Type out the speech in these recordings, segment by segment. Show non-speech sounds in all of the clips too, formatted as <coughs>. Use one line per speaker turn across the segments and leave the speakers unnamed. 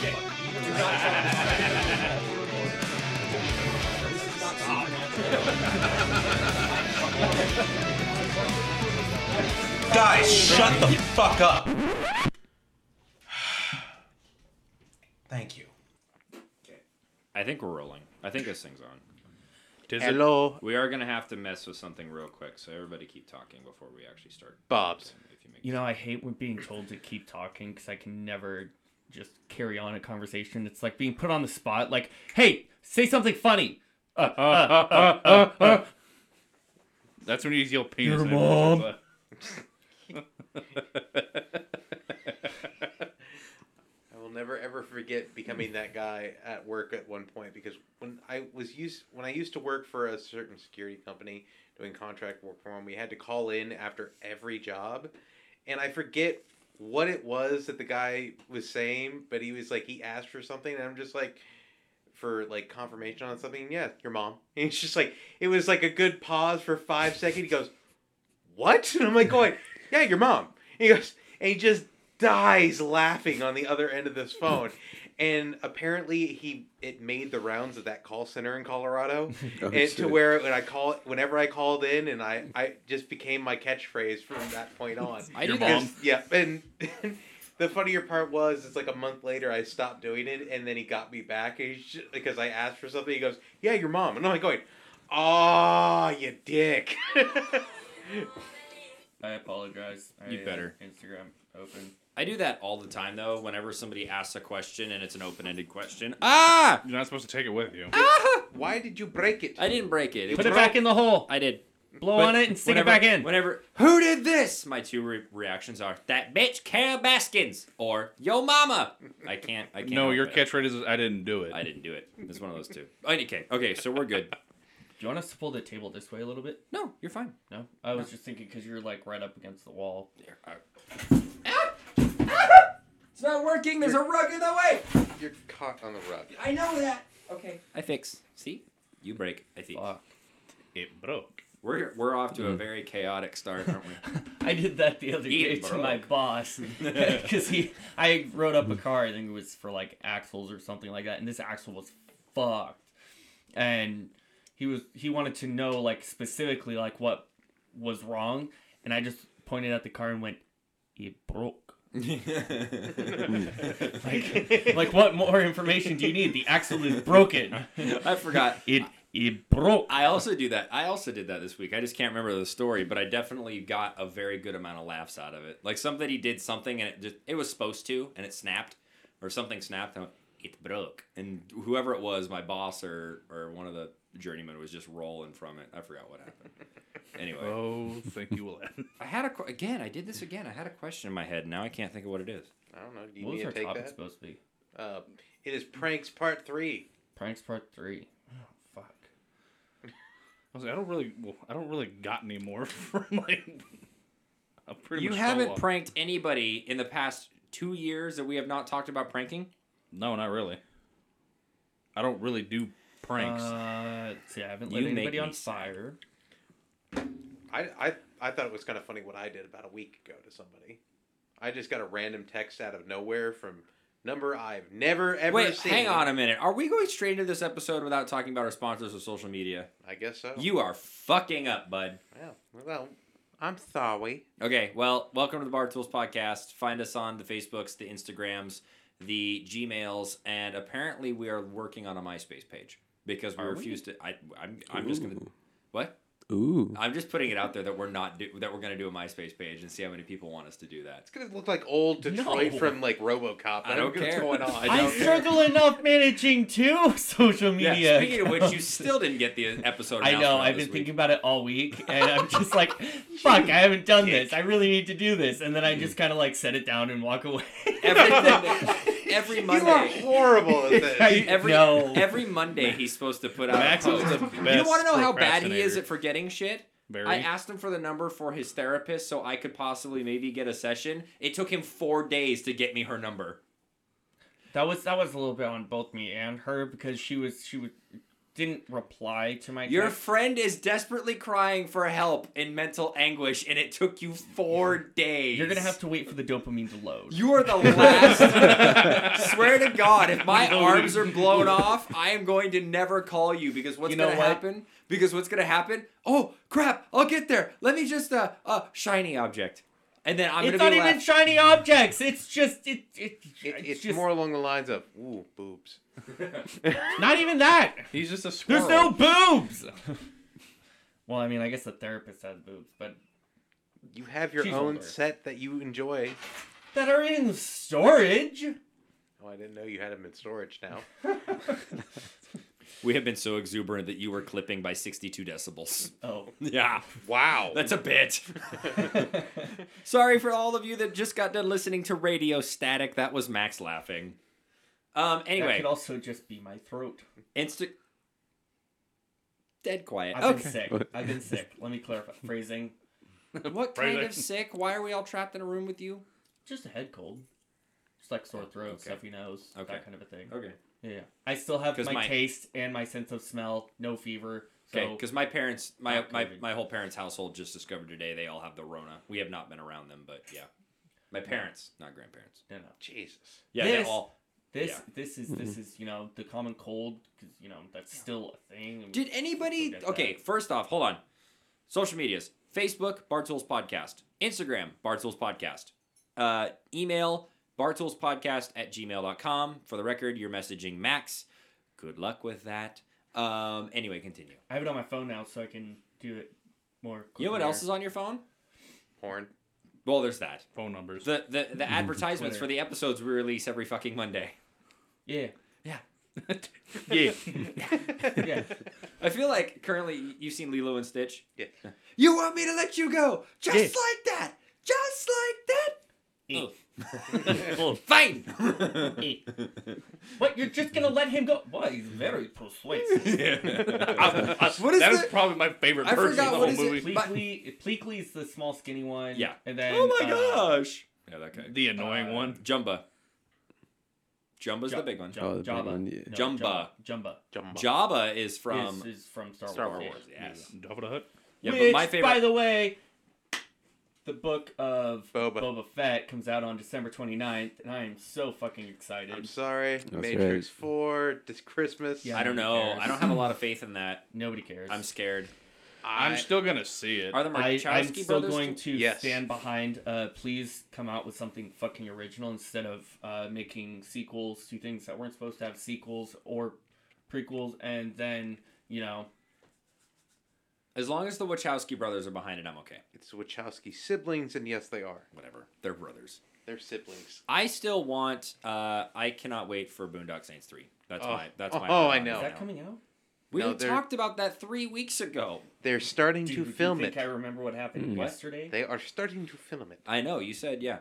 dick.
Guys, shut the fuck up. <sighs> Thank you.
I think we're rolling. I think this thing's on.
Hello,
We are gonna have to mess with something real quick, so everybody keep talking before we actually start.
Bob's.
If you make
You know, I hate when being told to keep talking because I can never just carry on a conversation. It's like being put on the spot. Like, hey, say something funny. Uh, uh, uh, uh, uh, uh.
That's when you yell penis.
Your
and
mom.
everyone's like,
I will never ever forget becoming that guy at work at one point because when I was used when I used to work for a certain security company doing contract work for them, we had to call in after every job, and I forget what it was that the guy was saying, but he was like he asked for something, and I'm just like for like confirmation on something. Yeah, your mom. <laughs> And it's just like it was like a good pause for five seconds. He goes, "What?" And I'm like going, "Yeah, your mom." And he goes, and he just dies laughing on the other end of this phone. And apparently, he it made the rounds of that call center in Colorado, and to where when I call whenever I called in, and I I just became my catchphrase from that point on.
I
Your
do that.
mom.
<laughs> Yeah, and the funnier part was, it's like a month later I stopped doing it, and then he got me back and he's ju- because I asked for something. He goes, "Yeah, your mom," and I'm like going, "Ah, you dick." <laughs>
I apologize.
You
I,
better.
uh, Instagram open.
I do that all the time though. Whenever somebody asks a question and it's an open-ended question, ah,
You're not supposed to take it with you.
Why did you break it?
I didn't break it.
Put it
was-
back in the hole.
I did.
Blow
But
on it and stick
whenever-
it back in.
Whenever who did this? My two re- reactions are that bitch Carol Baskins or yo mama. I can't. I can't.
No,
help
your
it.
catchphrase is "I didn't do it."
I didn't do it. It's one of those two. Oh, Okay. Okay. So we're good.
Do you want us to pull the table this way a little bit?
No, you're fine.
No, I was just thinking because you're like right up against the wall.
uh, It's not working. There's a rug in the way.
You're caught on the rug.
I know that. Okay. I fix. See? You break. I think.
Fuck.
It broke.
We're we're off to a very chaotic start, aren't we?
I did that the other
Eat
day
it,
to
bro.
my boss
<laughs>
because he. I rode up a car. I think it was for like axles or something like that, and this axle was fucked. And he was he wanted to know like specifically like what was wrong, and I just pointed at the car and went, "It
<laughs>
broke."
<laughs>
<laughs> like, like what more information do you need? The axle is
<laughs>
broken.
I forgot.
It it broke.
I also do that. I also did that this week. I just can't remember the story, but I definitely got a very good amount of laughs out of it. Like somebody did something and it just it was supposed to and it snapped or something snapped and I went, it broke. And whoever it was, my boss or or one of the journeymen was just rolling from it. I forgot what happened. Anyway,
Oh, thank you, will end.
I had a que- again. I did this again. I had a question in my head. Now I can't think of what it is.
I don't know. Do you
What was
need
our
to take
topic
that?
supposed to be?
Uh, it is pranks part three.
Pranks part three. Oh fuck.
I was like, I don't really, well, I don't really got any more <laughs> from like. I'm pretty
you
much
haven't
solo.
pranked anybody in the past two years that we have not talked about pranking.
No, not really. I don't really do pranks.
Uh, see, I haven't lit
You make
anybody
me
on
sad.
fire.
I, I I thought it was kind of funny what I did about a week ago to somebody. I just got a random text out of nowhere from number I've never ever
Wait,
seen.
hang on a minute. Are we going straight into this episode without talking about our sponsors or social media?
I guess so.
You are fucking up, bud.
Well, well, I'm sorry.
Okay, well, welcome to the Bar Tools podcast. Find us on the Facebooks, the Instagrams, the Gmails, and apparently we are working on a MySpace page because we
Are we?
refuse to. I, I'm, I'm just gonna. What?
Ooh.
I'm just putting it out there that we're not do, that we're gonna do a MySpace page and see how many people want us to do that.
It's gonna look like old Detroit
No.
from like RoboCop.
I don't
know what's
care.
going on.
I
I
don't care.
struggle enough managing two <laughs> social
Yeah.
media.
Speaking of which, you
accounts.
still didn't get the episode.
I know.
announcement
I've
this
been
week.
thinking about it
<laughs>
all week, and I'm just like, "Fuck! I haven't done this. I really need to do this." And then I
Mm.
just kind of like set it down and walk away. <laughs>
everything. every Monday.
You are horrible at
<laughs>
this.
Every
No.
every Monday he's supposed to put out.
Max
a
is
post.
the
You
best
want to know how bad he is
procrastinator.
at forgetting shit?
Very.
I asked him for the number for his therapist so I could possibly maybe get a session. It took him four days to get me her number.
that was that was a little bit on both me and her because she was she was didn't reply to my
Your
text.
friend is desperately crying for help in mental anguish, and it took you four
<laughs>
days.
You're gonna have to wait for the dopamine to load.
You are <laughs> the
<laughs>
last. Uh, swear to God, if <laughs> my arms are <laughs> blown off, I am going to never call you because what's
You know
gonna
what?
happen? Because what's gonna happen? Oh crap! I'll get there. Let me just uh uh shiny object, and then I'm
it's
gonna
not
be
even
left.
shiny objects. It's just it, it,
It,
it's,
it's
just
more along the lines of ooh boobs.
not even that.
He's just a
There's
squirrel.
no <laughs> boobs. well, I mean, I guess the therapist has boobs, but
You have your
She's
own
older.
set that you enjoy.
that are in storage.
Oh, I didn't know you had them in storage now.
we have been so exuberant that you were clipping by 62 <laughs> decibels.
Oh,
Yeah,
Wow.
<laughs>
that's a bit. <laughs> Sorry for all of you that just got done listening to Radio Static. That was Max laughing. Um.
that
Anyway,
could also just be my throat.
insta. Dead quiet.
I've
okay.
been sick. I've been sick.
<laughs>
Let me clarify phrasing.
What kind
Phrasing.
of sick? Why are we all trapped in a room with you?
Just a head cold. Just like sore throat,
Okay.
stuffy nose,
Okay.
that kind of a thing.
Okay.
Yeah. I still have
'Cause
my,
my-
taste and my sense of smell. No fever. So
Okay, because my parents, my,
Not
my
COVID.
my whole parents' household just discovered today they all have the Rona. We have not been around them, but yeah, my parents, not grandparents.
no, no.
Jesus.
Yeah, they
This-
all.
This
Yeah.
this is this is you know the common cold because you know that's still a thing. and we
Did
still
anybody?
get that.
Okay, first off, hold on. Social medias: Facebook, Bartools Podcast; Instagram, Bartools Podcast; uh, email, Podcast at gmail.com. For the record, you're messaging Max. Good luck with that. Um, anyway, continue.
I have it on my phone now, so I can do it more.
You know what
quicker.
else is on your phone?
Porn.
Well, there's that.
phone numbers.
The the, <laughs> the advertisements
Twitter.
for the episodes we release every fucking Monday.
Yeah,
Yeah.
yeah.
<laughs> I feel like currently you've seen Lilo and Stitch.
Yeah.
You want me to let you go just
Yeah.
like that, just Oh.
Eh.
like that. Oh. Fine.
Eh. what? You're just gonna let him go? Boy, he's very persuasive.
<laughs>
I, I,
Uh, What is
that is
the-
probably my favorite
I
version of the
forgot
whole
what is it.
movie.
But-
Pleakley, Pleakley's the small skinny one.
Yeah.
And then
oh my
uh,
gosh. Yeah, that guy.
The annoying
Uh,
one.
Jumba. Jumba's
Ja-
the big one.
Ja-
Oh, the big
Jabba.
one, yeah.
No,
Jumba.
Jumba.
Jumbo.
Jabba is
From
from.
is, is from Star,
Star
Wars.
Wars, yes.
Jabba the Hutt.
yeah,
Which,
but my
by
favorite.
the way, the book of
Boba.
Boba Fett comes out on December 29th, and I am so fucking excited.
I'm sorry.
right.
Matrix Four. This Christmas.
Yeah.
I don't know. I don't have a lot of faith in that.
Nobody cares.
I'm scared.
I,
I'm still gonna see it.
Are the
I,
Marchowski
I'm still
brothers
going to
Yes.
stand behind. Uh, please come out with something fucking original instead of uh, making sequels to things that weren't supposed to have sequels or prequels, and then you know,
As long as the Wachowski brothers are behind it, I'm okay.
It's Wachowski siblings, and yes, they are.
Whatever. They're brothers.
They're siblings.
I still want. Uh, I cannot wait for Boondock Saints three. That's
Oh.
my. That's my.
Oh, I
priority
know.
is
No.
right
that
now.
coming out?
We
No, they're-
talked about that three weeks ago.
They're starting
Dude,
to
you
film
think
it.
I remember what happened
Mm.
yesterday?
They are starting to film it.
I know you said yeah.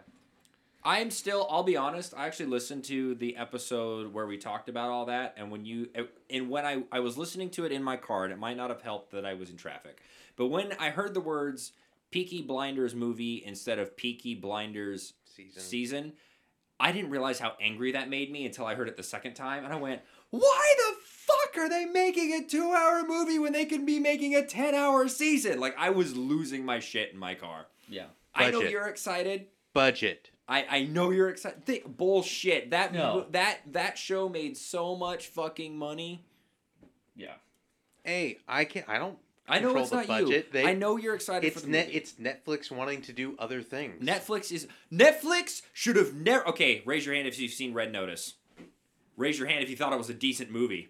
I'm still. I'll be honest. I actually listened to the episode where we talked about all that, and when you uh, and when I I was listening to it in my car, and it might not have helped that I was in traffic, but when I heard the words "Peaky Blinders movie" instead of "Peaky Blinders
Season.
season, I didn't realize how angry that made me until I heard it the second time, and I went, "Why the fuck are they making a two-hour movie when they could be making a ten-hour season?" Like I was losing my shit in my car.
Yeah.
I know
Budget.
you're excited.
Budget.
I, I know you're excited. Th- bullshit. That
No.
that that show made so much fucking money.
Yeah.
Hey, I can't. I don't.
I know
Control
it's
the
not
budget.
you.
They-
I know you're excited for
It's
the
net.
movie.
It's Netflix wanting to do other things.
Netflix is Netflix should have never. Okay, raise your hand if you've seen Red Notice. Raise your hand if you thought it was a decent movie.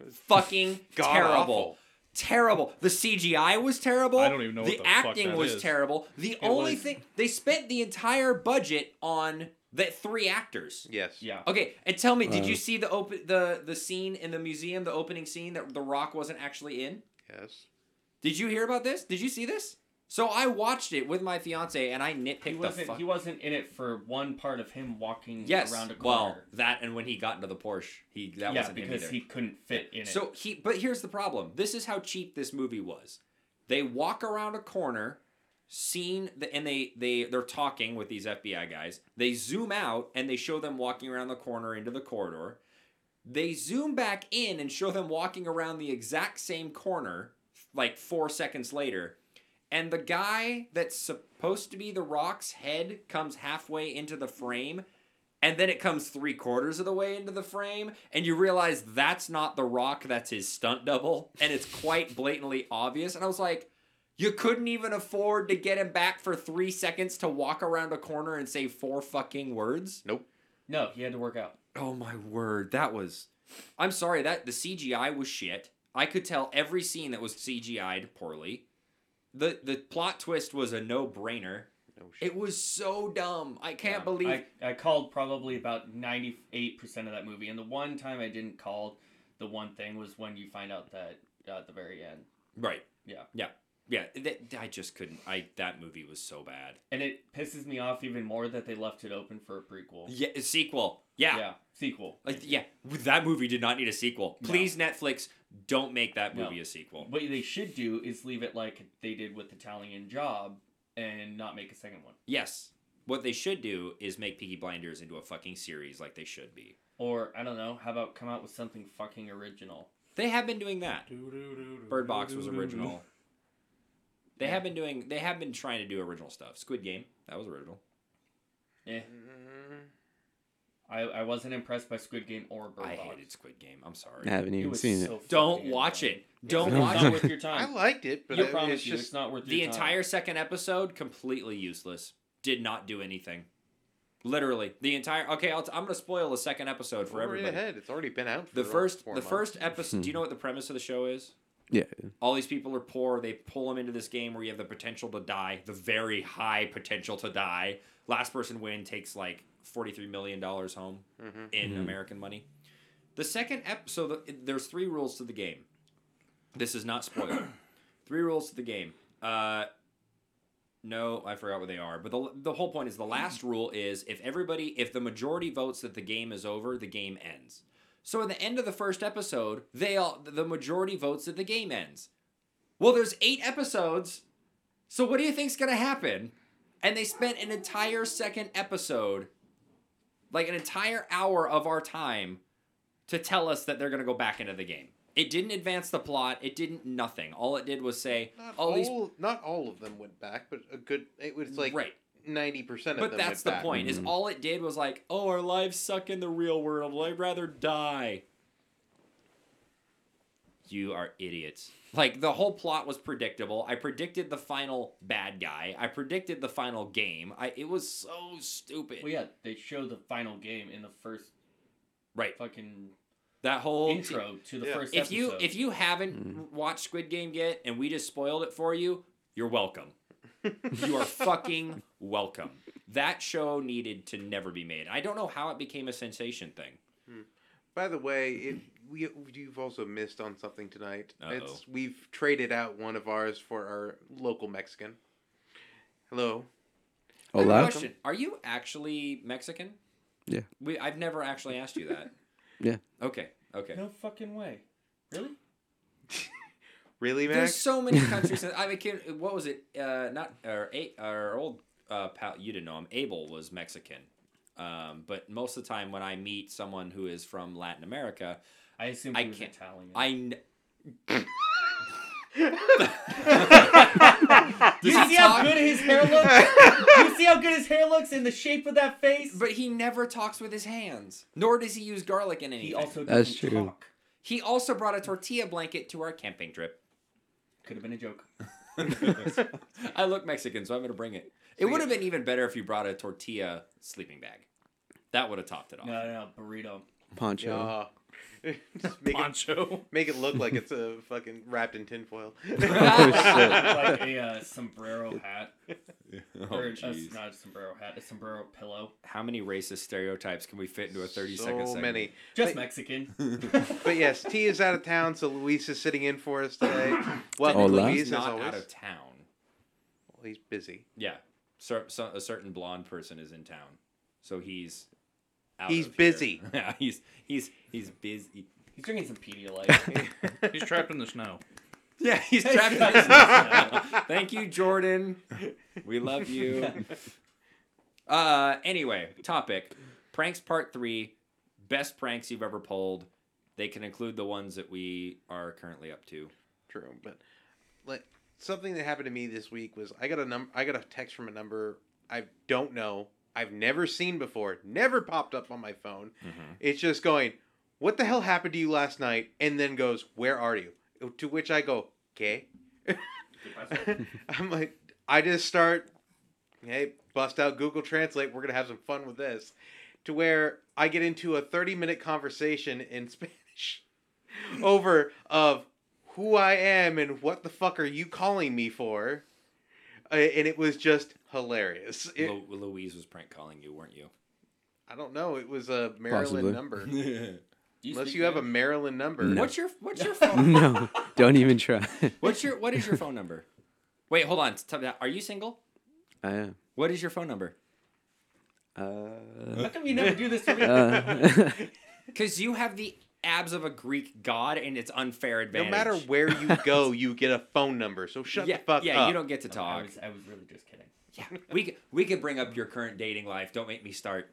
<laughs>
Fucking
God
terrible.
awful.
Terrible. The CGI was terrible.
I don't even know
the
what the fuck
acting
that
was
is.
terrible. The only
was-
thing they spent the entire budget on the three actors.
Yes.
Yeah.
Okay, and tell me, did
Wow.
you see the open the the scene in the museum, the opening scene that The Rock wasn't actually in?
Yes.
Did you hear about this? Did you see this? So I watched it with my fiance and I nitpicked
He
the
wasn't
fuck.
he wasn't in it for one part of him walking
Yes.
around a corner.
well, that and when he got into the Porsche, he that
yeah,
wasn't him
because
either.
he couldn't fit in it.
So he, but here's the problem. This is how cheap this movie was. They walk around a corner, scene, the, and they they they're talking with these FBI guys. They zoom out and they show them walking around the corner into the corridor. They zoom back in and show them walking around the exact same corner, like four seconds later. And the guy that's supposed to be the rock's head comes halfway into the frame, and then it comes three quarters of the way into the frame, and you realize that's not the rock, that's his stunt double, and it's quite blatantly obvious. And I was like, you couldn't even afford to get him back for three seconds to walk around a corner and say four fucking words?
No, he had to work out.
Oh my word, that was. I'm sorry that the CGI was shit. I could tell every scene that was CGI'd poorly. The the plot twist was a no brainer.
No shit.
It was so dumb. I can't
Yeah.
believe.
I, I called probably about ninety eight percent of that movie, and the one time I didn't call, the one thing was when you find out that uh, at the very end,
Right.
Yeah.
Yeah. Yeah. That, I just couldn't. I that movie was so bad.
and it pisses me off even more that they left it open for a prequel.
Yeah. a sequel. Yeah.
yeah sequel.
Like yeah. That movie did not need a sequel.
No.
Please Netflix, don't make that
No.
movie a sequel.
What they should do is leave it like they did with Italian Job, and not make a second one.
Yes. What they should do is make Peaky Blinders into a fucking series like they should be.
Or I don't know. How about come out with something fucking original?
They have been doing that. Bird Box was original. They
Yeah.
have been doing. They have been trying to do original stuff. Squid Game that was original.
Eh.
Mm,
I, I wasn't impressed by Squid Game or Bird Box.
I hated Squid Game. I'm sorry.
I haven't
It
even
was
seen
so
it.
fucking
Don't watch
<laughs> annoying.
it. Don't
It's
watch
not
it.
worth your
I
time.
liked it, but
You
it-
promise
it's
you,
just
it's not worth
The
your time.
entire second episode completely useless. Did not do anything. Literally, the entire. Okay, I'll t- I'm gonna spoil the second episode for
We're already
everybody.
ahead. It's already been out. For
The
like
first,
four
the
months.
first episode. Do you know what the premise of the show is?
Yeah.
all these people are poor. They pull them into this game where you have the potential to die, the very high potential to die. Last person win takes like $43 million home
Mhm.
in American money. The second episode, so the, there's three rules to the game. This is not spoiler. three rules to the game. Uh, no, I forgot what they are. But the, the whole point is the last rule is if everybody, if the majority votes that the game is over, the game ends. So at the end of the first episode, they all the majority votes that the game ends. Well, there's eight episodes, so what do you think's gonna happen? And they spent an entire second episode, like an entire hour of our time, to tell us that they're gonna go back into the game. It didn't advance the plot. It didn't nothing. All it did was say
Not all,
all these
not all of them went back, but a good. It was like
right.
ninety percent of
But
them.
that's
went
the
back.
point. Is
Mhm.
all it did was like, oh, our lives suck in the real world. I'd rather die. You are idiots. Like the whole plot was predictable. I predicted the final bad guy. I predicted the final game. I it was so stupid.
Well, yeah, they show the final game in the first
Right.
fucking
That whole
intro to the
Yeah.
first
If you
episode.
if you haven't watched Squid Game yet and we just spoiled it for you, you're
<laughs>
welcome. you are fucking welcome. That show needed to never be made. I don't know how it became a sensation thing.
By the way, it, we you've also missed on something tonight.
Uh-oh.
It's we've traded out one of ours for our local Mexican. Hello.
I have a
Hola.
Question: Are you actually Mexican?
Yeah.
We I've never actually asked you that.
<laughs> Yeah.
Okay. Okay.
no fucking way, really?
Really,
There's
Max?
so
<laughs>
many countries. that- I mean, kid, what was it? Uh, not our a our old uh, pal. You didn't know him. Abel was Mexican. Um, but most of the time when I meet someone who is from Latin America,
I assume
I
he was
can't-
Italian.
I <laughs> kn-
<laughs> you
Does he
see how
talk-
good his hair
<laughs>
looks? you see how good his hair looks in the shape of that face?
but he never talks with his hands, nor does he use garlic in anything.
he also
That's
doesn't
true.
talk.
he also brought a tortilla blanket to our camping trip.
Could have been a joke.
<laughs> I look Mexican, so I'm gonna bring it. It would have been even better if you brought a tortilla sleeping bag. That would have topped it off.
No, no, no
<laughs>
burrito.
Yeah.
Poncho.
<laughs> Just make, it,
Poncho.
make it
<laughs>
look like it's a fucking wrapped in tinfoil. <laughs>
like a uh, sombrero hat.
Oh,
or, uh,
jeez.
not a sombrero hat, a sombrero pillow.
How many racist stereotypes can we fit into a 30
so
second segment?
many.
Just
But-
Mexican.
<laughs> But yes, T is out of town, so Luis is sitting in for us
<coughs>
today. Welcome,
Hola.
Luis,
He's
as
not
always.
out of town.
Well, he's busy.
Yeah. So, so a certain blonde person is in town. So he's out
He's
of here.
busy.
<laughs> yeah, he's he's he's busy.
He's drinking
<laughs>
some Pedialyte.
He's trapped in the snow.
Yeah, <laughs> he's trapped in his Thank you, Jordan. We love you. Uh, anyway, topic: pranks part three. best pranks you've ever pulled. They can include the ones that we are currently up to.
True, but like something that happened to me this week was I got a number. I got a text from a number I don't know. I've never seen before. Never popped up on my phone. It's just going, "What the hell happened to you last night?" And then goes, "Where are you?" To which I go, "Okay." <laughs> I'm like, I just start, hey, bust out Google Translate. We're gonna have some fun with this. To where I get into a 30 minute conversation in <laughs> Spanish over of who I am and what the fuck are you calling me for? Uh, and it was just hilarious. It-
Lu- Louise was prank calling you, weren't you?
I don't know. It was a Maryland
<laughs>
Possibly.
number.
Do
Unless
speak
you have a
Spanish?
Maryland number.
What's your What's your phone?
<laughs> no, don't even try.
What's your What is your phone number? Wait, hold on. Tell me that. Are you single?
I am.
What is your phone number?
Uh, <laughs>
How come you never do this for me?
uh,
Because you have the abs of a Greek god, and it's unfair
No
advantage.
matter where you go, you get a phone number. So shut
yeah,
the fuck
yeah,
up.
you don't get to
I
talk.
was, I was really just kidding.
Yeah, we c- we could bring up your current dating life. Don't make me start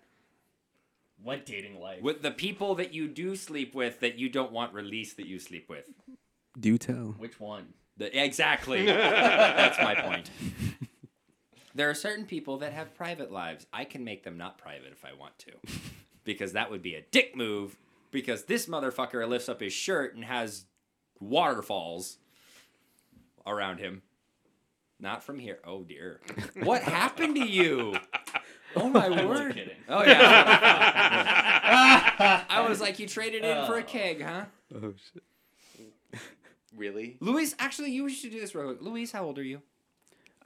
What dating life?
with the people that you do sleep with that you don't want released that you sleep with.
do tell.
Which one?
The,
<laughs>
exactly, that's my point. There are certain people that have private lives. I can make them not private if I want to, because that would be a dick move. Because this motherfucker lifts up his shirt and has waterfalls around him. Not from here. Oh dear. What happened to you? Oh my
<laughs> I'm only
word.
kidding.
Oh yeah. that's what I thought. I was like, you traded in for a keg, huh?
Oh shit.
Really?
Luis, actually, you should do this real quick. Luis, how old are you?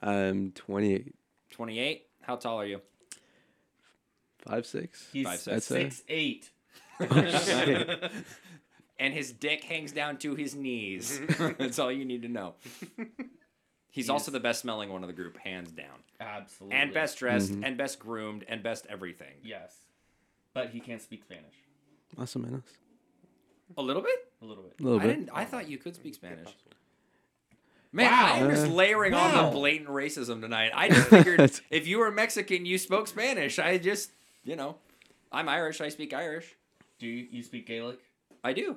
I'm 28,
28. How tall are you? <laughs>
5, 6.
He's
Five,
six. Oh,
six, six eight.
Shit.
And his dick hangs down to his knees. <laughs> That's all you need to know. He's also the best smelling one of the group, hands down.
Absolutely.
And best dressed, and best groomed, and best everything.
Yes, but he can't speak Spanish.
Más o menos.
A little bit?
A little bit.
A little
I
bit.
didn't. I thought you could speak Spanish. Man, I'm just
Uh,
layering on
wow.
the blatant racism tonight.
<laughs>
I just figured if you were Mexican, you spoke Spanish. I just, you know, I'm Irish. I speak Irish.
Do you, you speak Gaelic?
I do.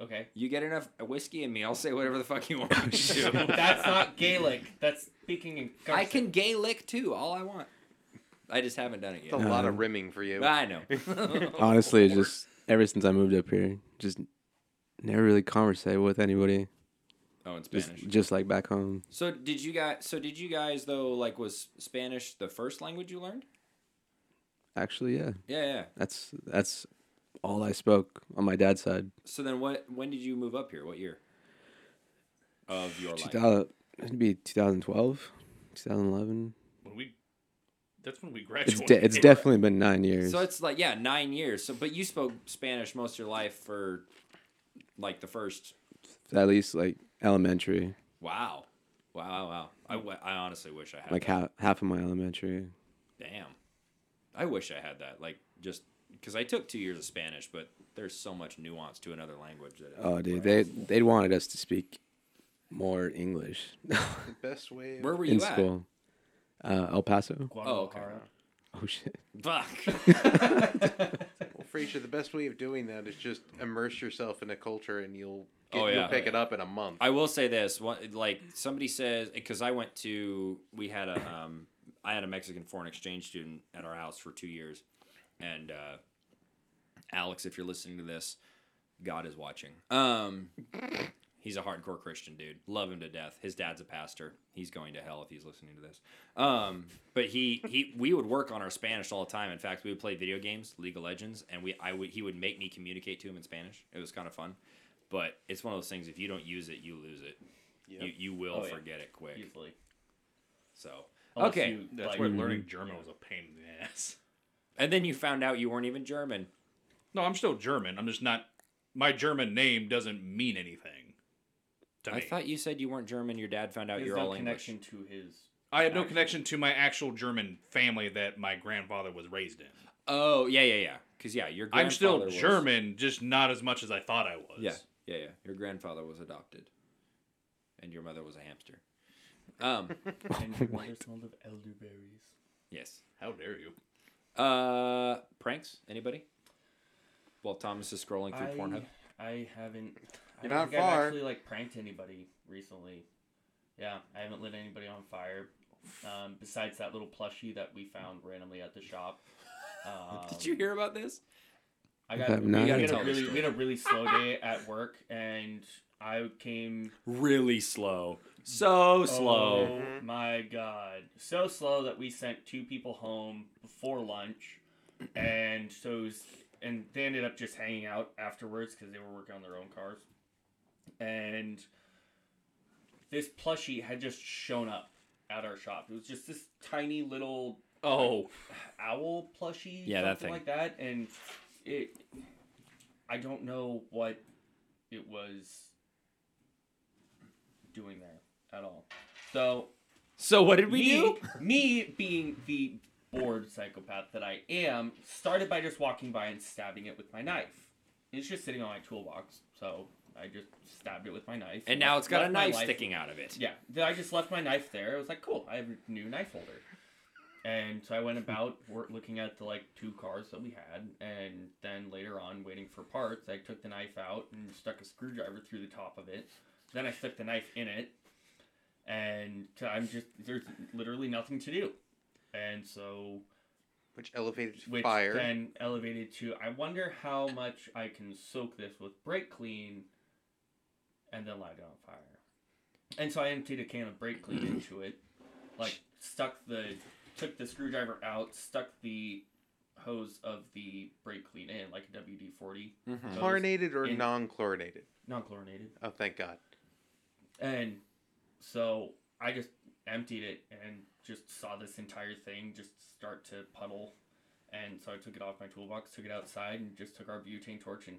Okay. <laughs>
You get enough whiskey in me, I'll say whatever the fuck you want <laughs>
<laughs>
me to.
That's not Gaelic. That's speaking in.
I can gay lick too, all I want. I just haven't done it
It's a
yet.
lot of rimming for you.
I
<laughs>
know.
Honestly, it's just ever since I moved up here, just never really conversate with anybody.
oh, in
Just,
Spanish.
just like back home.
So did you guys? So did you guys though? Like, was Spanish the first language you learned?
Actually, yeah,
Yeah, yeah.
that's that's all I spoke on my dad's side.
So then, what? When did you move up here? What year? Of your life.
2000, it'd be 2012, 2011.
When we, that's when we
It's
graduated.
de- it's definitely been nine years.
So it's like yeah, nine years. So but you spoke Spanish most of your life for like the first.
at least like elementary,
Wow, wow, wow. I, w- I honestly wish I had.
like
that.
half half of my elementary.
Damn, I wish I had that. Like just because I took two years of Spanish, but there's so much nuance to another language that.
Oh, dude, they they wanted us to speak more English
The best way. of-
Where were you
in
at?
school. Uh, El Paso.
Oh, okay.
Oh shit.
Fuck. <laughs>
Well, Frazier, the best way of doing that is just immerse yourself in a culture, and you'll get,
Oh, yeah.
you'll pick it up in a month.
I will say this: one, like somebody says, because I went to, we had a, um, I had a Mexican foreign exchange student at our house for two years, and uh, Alex, if you're listening to this, God is watching. Um, he's a hardcore Christian dude. Love him to death. His dad's a pastor. He's going to hell if he's listening to this. Um, but he he we would work on our Spanish all the time. In fact, we would play video games, League of Legends, and we I would he would make me communicate to him in Spanish. It was kind of fun. But it's one of those things if you don't use it, you lose it. You you will
Oh, yeah.
forget it quick.
Usually.
So
Unless
okay.
you,
That's
like-
why learning German was a pain in the ass.
And then you found out you weren't even German.
No, I'm still German. I'm just not. My German name doesn't mean anything. To
I
me.
thought you said you weren't German. Your dad found out
There's
you're
no
all English.
connection to his.
I have no connection to my actual German family that my grandfather was raised in.
Oh yeah yeah yeah. Because yeah, your
I'm still
grandfather was-
German, just not as much as I thought I was.
Yeah, yeah, yeah. Your grandfather was adopted, and your mother was a hamster. Um,
<laughs>
And your mother smelled of elderberries.
yes.
How dare you?
Uh, pranks? Anybody? while Thomas is scrolling through Pornhub?
I, I haven't. I
You're
don't
not
think I've
far.
actually like pranked anybody recently. Yeah, I haven't lit anybody on fire. Um, besides that little plushie that we found randomly at the shop. Um,
Did you hear about this?
I
I
got.
have
We,
not.
had
You gotta
a
tell the
really,
story.
we had a really slow day at work, and I came
Really slow. So slow.
Oh my god. So slow that we sent two people home before lunch. And so it was, and they ended up just hanging out afterwards because they were working on their own cars. And this plushie had just shown up at our shop. It was just this tiny little
Oh.
owl plushie,
Yeah, that
something like that, and it. I don't know what it was doing there at all. So
So what did we
me,
do?
me being the bored psychopath that I am, started by just walking by and stabbing it with my knife. It's just sitting on my toolbox, so I just stabbed it with my knife.
And now it's got a
Left my
knife
life-
sticking out of
<laughs>
it.
yeah. Then I just left my knife there. I was like, cool, I have a new knife holder. And so I went about <laughs> wor- looking at the like two cars that we had, and then later on, waiting for parts, I took the knife out and stuck a screwdriver through the top of it. Then I stuck the knife in it, and I'm just there's literally nothing to do. And so
Which elevated
which
fire.
then elevated to I wonder how much I can soak this with brake clean and then light it on fire. And so I emptied a can of
<clears throat>
brake clean into it, like stuck the took the screwdriver out, stuck the hose of the brake clean in, like a WD 40
Mm-hmm. Chlorinated or
in-
non chlorinated?
non chlorinated.
Oh, thank God.
And so I just emptied it and just saw this entire thing just start to puddle. And so I took it off my toolbox, took it outside, and just took our butane torch and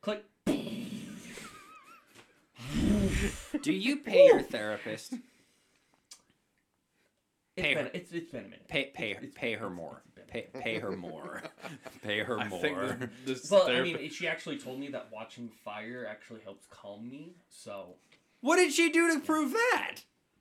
click.
Do you pay your therapist?
It's
Hey.
been, it's, it's been a minute.
Pay pay pay her more. Pay pay her
<laughs>
more. pay her
I
more.
think <laughs> this, this
Well, I
therapy-
mean, it- she actually told me that watching fire actually helps calm me. So,
What did she do to prove
<laughs>
that?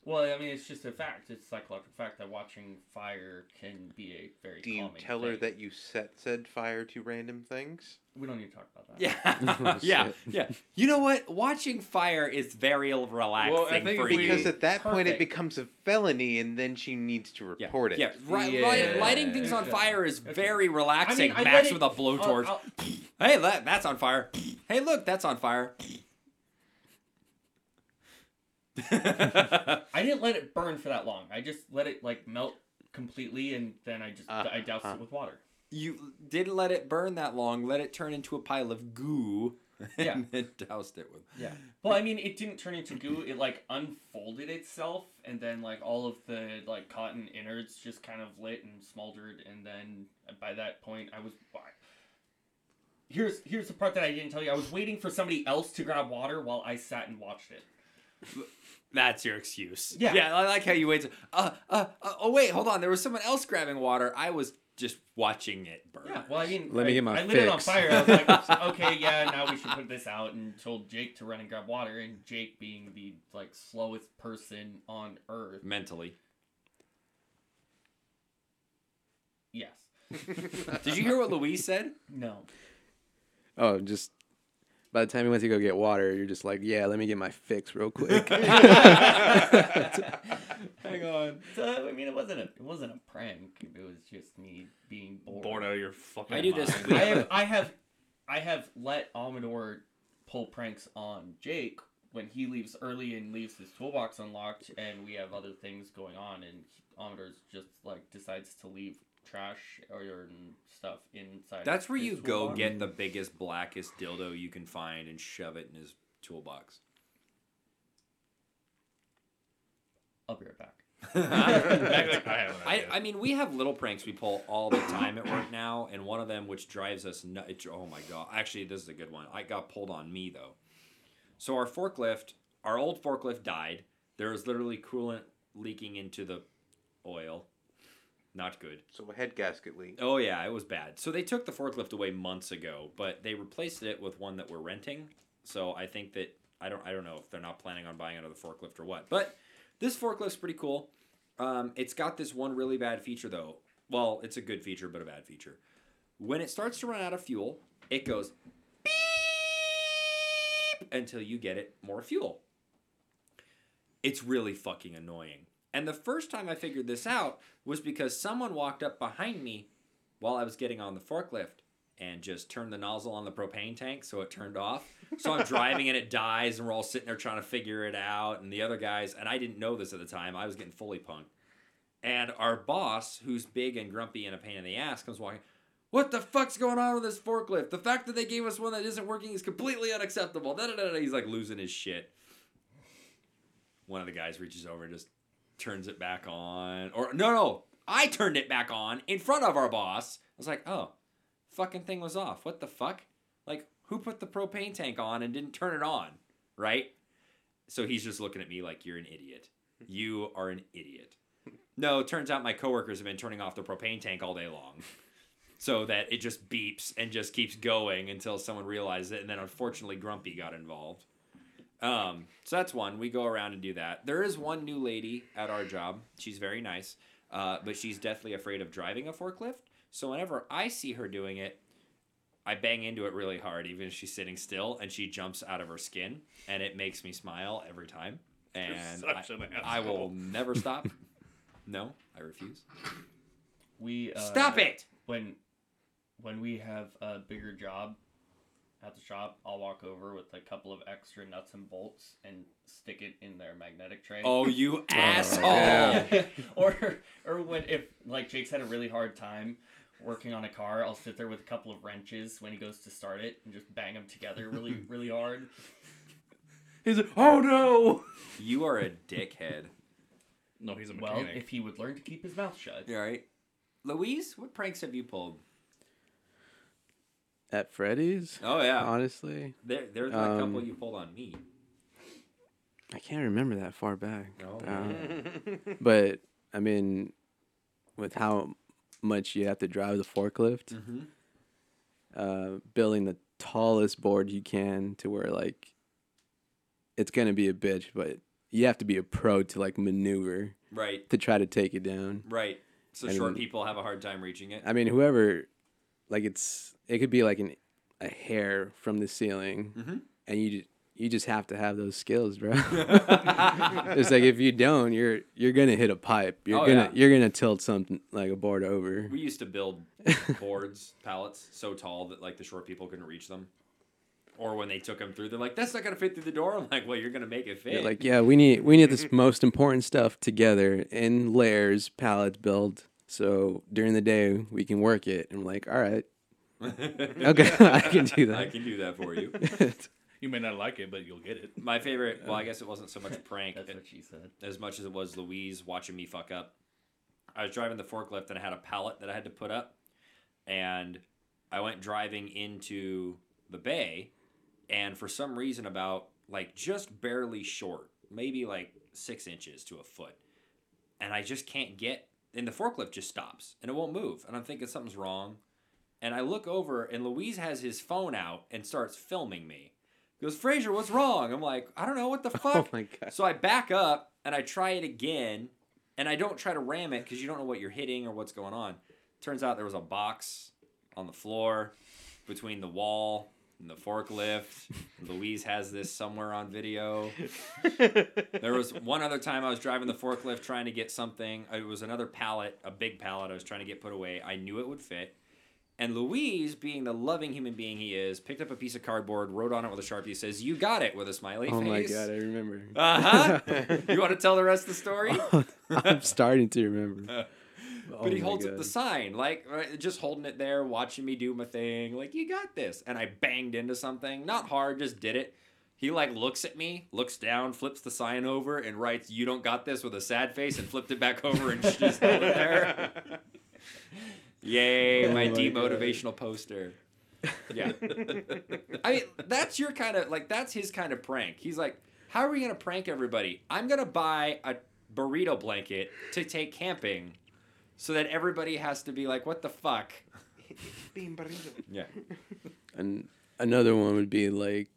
well, I mean, it's just a fact. It's a psychological fact that watching fire can be a very
Do you
calming
tell her
thing.
that you set said fire to random things?
We don't need to talk about that. Oh,
Yeah, yeah, yeah. You know what? Watching fire is very relaxing
Well, I think
for
if we-
you.
Because at that point it
Perfect.
becomes a felony and then she needs to
yeah,
report it.
yeah. Ri- ri-
Yeah.
lighting things on
Okay.
fire is
Okay.
very
I
relaxing.
mean, I
Max
let
with
it-
a blowtorch.
I'll- I'll-
Hey, that, that's on fire. Hey, look, that's on fire. <laughs>
I didn't let it burn for that long. I just let it like melt completely, and then I just
Uh,
I doused
uh.
it with water.
you didn't let it burn that long. Let it turn into a pile of goo. <laughs> And
Yeah.
then doused it with.
Yeah. Well, I mean, it didn't turn into goo. It like unfolded itself, and then like all of the like cotton innards just kind of lit and smoldered, and then by that point, I was. I- Here's here's the part that I didn't tell you. I was waiting for somebody else to grab water while I sat and watched it.
That's your excuse.
Yeah.
Yeah, I like how you wait. to- Uh, uh, uh, oh, wait, hold on. There was someone else grabbing water. I was just watching it burn.
Yeah, well, I didn't.
Let me
I-
get my
I lit it on
fix.
fire. I was
<laughs>
like, okay, yeah, now we should put this out, and told Jake to run and grab water. And Jake, being the like slowest person on earth,
Mentally.
yes,
Did you hear what Louise said?
<laughs> no,
Oh, just by the time you went to go get water, you're just like, yeah, let me get my fix
<laughs>
real quick.
hang on. <laughs> So I mean, it wasn't a it wasn't a prank. It was just me being bored.
bored out of your fucking.
I do this.
mind.
<laughs>
I have I have I have let Almador pull pranks on Jake when he leaves early and leaves his toolbox unlocked, and we have other things going on, and Almador's just like decides to leave trash or and stuff inside.
That's where
his
you go
toolbox.
get the biggest, blackest dildo you can find and shove it in his
<laughs>
toolbox.
I'll be right back.
<laughs> Back like I have an
I,
idea.
I mean, we have little pranks we pull all the time at work now, and one of them which drives us nuts. Oh my god! Actually, this is a good one. I got pulled on me though. So our forklift, our old forklift died. There was literally coolant leaking into the oil. Not good.
So a head gasket leak.
Oh yeah, it was bad. So they took the forklift away months ago, but they replaced it with one that we're renting. So I think that I don't I don't know if they're not planning on buying another forklift or what. But this forklift's pretty cool. Um, it's got this one really bad feature though. Well, it's a good feature, but a bad feature. When it starts to run out of fuel, it goes beep until you get it more fuel. It's really fucking annoying. And the first time I figured this out was because someone walked up behind me while I was getting on the forklift and just turned the nozzle on the propane tank so it turned off. So I'm driving and it dies, and we're all sitting there trying to figure it out. And the other guys, and I didn't know this at the time, I was getting fully punked. And our boss, who's big and grumpy and a pain in the ass, comes walking. What the fuck's going on with this forklift? The fact that they gave us one that isn't working is completely unacceptable. Da, da, da, da. He's like losing his shit. One of the guys reaches over and just turns it back on. Or, no, no, I turned it back on in front of our boss. I was like, oh, fucking thing was off. What the fuck? Like, who put the propane tank on and didn't turn it on? Right? So he's just looking at me like, you're an idiot. You are an idiot. No, it turns out my coworkers have been turning off the propane tank all day long. <laughs> So that it just beeps and just keeps going until someone realizes it. And then unfortunately, Grumpy got involved. Um, so that's one. We go around and do that. There is one new lady at our job. She's very nice, uh, but she's deathly afraid of driving a forklift. So whenever I see her doing it, I bang into it really hard, even if she's sitting still, and she jumps out of her skin, and it makes me smile every time. And I,
<laughs> such an
I will
asshole.
never <laughs> stop. no, I refuse.
We uh,
Stop it!
when when we have a bigger job at the shop, I'll walk over with a couple of extra nuts and bolts and stick it in their magnetic tray.
Oh, <laughs> you asshole!
or or when if like Jake's had a really hard time working on a car, I'll sit there with a couple of wrenches when he goes to start it and just bang them together really
<laughs>
really hard.
He's like, oh no.
You are a dickhead.
No, he's a
Well,
mechanic.
if he would learn to keep his mouth shut.
You all right? Louise, what pranks have you pulled?
At Freddy's?
Oh yeah,
Honestly,
there there's a
Uh, Um,
couple you pulled on me.
I can't remember that far back.
Oh,
Um, but I mean, with how much you have to drive the forklift,
Mhm.
uh, building the tallest board you can to where like it's gonna be a bitch, but you have to be a pro to like maneuver
Right,
to try to take it down.
right. So
I
short
mean- uh,
people have a hard time reaching it.
I mean, whoever, like it's it could be like an a hair from the ceiling,
Mm-hmm.
and you ju- you just have to have those skills,
<laughs>
bro. <laughs> it's like if you don't, you're you're gonna hit a pipe. You're
Oh, yeah.
gonna you're gonna tilt something like a board over.
We used to build
<laughs>
boards, pallets, so tall that like the short people couldn't reach them. Or when they took them through, they're like, "That's not gonna fit through the door." I'm like, "Well, you're gonna make it
You're
fit." <laughs>
like yeah, we need we need this <laughs> most important stuff together in layers, pallets built. So during the day we can work it. I'm like,
<laughs>
all right, okay, <laughs> I can do
I
that.
can do that for you.
<laughs>
you may not like it, but you'll get it.
My favorite. Well,
Uh,
I guess it wasn't so much a prank.
That's
it-
what she said.
as much as it was Louise watching me fuck up. I was driving the forklift and I had a pallet that I had to put up, and I went driving into the bay, and for some reason, about like just barely short, maybe like six inches to a foot, and I just can't get. And the forklift just stops and it won't move, and I'm thinking something's wrong, and I look over and Louise has his phone out and starts filming me. Goes, Frazier, what's wrong? I'm like, I don't know, what the fuck?
<laughs> Oh my god.
So I back up and I try it again, and I don't try to ram it because you don't know what you're hitting or what's going on. Turns out there was a box on the floor between the wall and the forklift.
<laughs>
Louise has this somewhere on video. There was one other time I was driving the forklift trying to get something. It was another pallet, a big pallet I was trying to get put away. I knew it would fit. And Louise, being the loving human being he is, picked up a piece of cardboard, wrote on it with a sharpie, says, You got it, with a smiley
Oh
face.
my god, I remember.
Uh huh.
<laughs>
you want to tell the rest of the story?
I'm starting to remember.
<laughs>
Oh
but he
my
holds up
God.
the sign, like right, just holding it there, watching me do my thing. Like you got this, and I banged into something, not hard, just did it. He like looks at me, looks down, flips the sign over, and writes "You don't got this" with a sad face, and flipped it back over and just held it
<laughs>
there.
<laughs>
Yay, my,
Oh my God.
demotivational poster. Yeah. I mean, that's your kind of like that's his kind of prank. He's like, "How are we gonna prank everybody? I'm gonna buy a burrito blanket to take camping, so that everybody has to be like, what the fuck."
Bean burrito.
Yeah.
And another one would be like,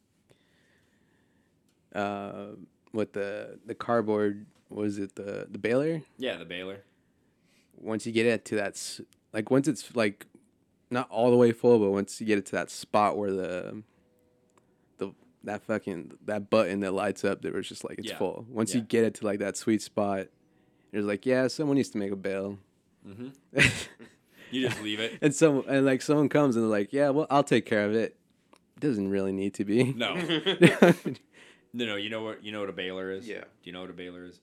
uh, what the the cardboard was it the the baler?
Yeah, the Baylor.
Once you get it to that, s- like once it's like not all the way full, but once you get it to that spot where the the that fucking that button that lights up that was just like it's
Yeah.
full. Once you
Yeah.
get it to like that sweet spot, it's like, yeah, someone needs to make a bail.
Mm-hmm.
<laughs>
You just leave it.
and some and like someone comes and they're like, yeah, well, I'll take care of it. Doesn't really need to be.
No,
<laughs>
no, no. You know what? You know what a baler is.
Yeah.
Do you know what a baler is?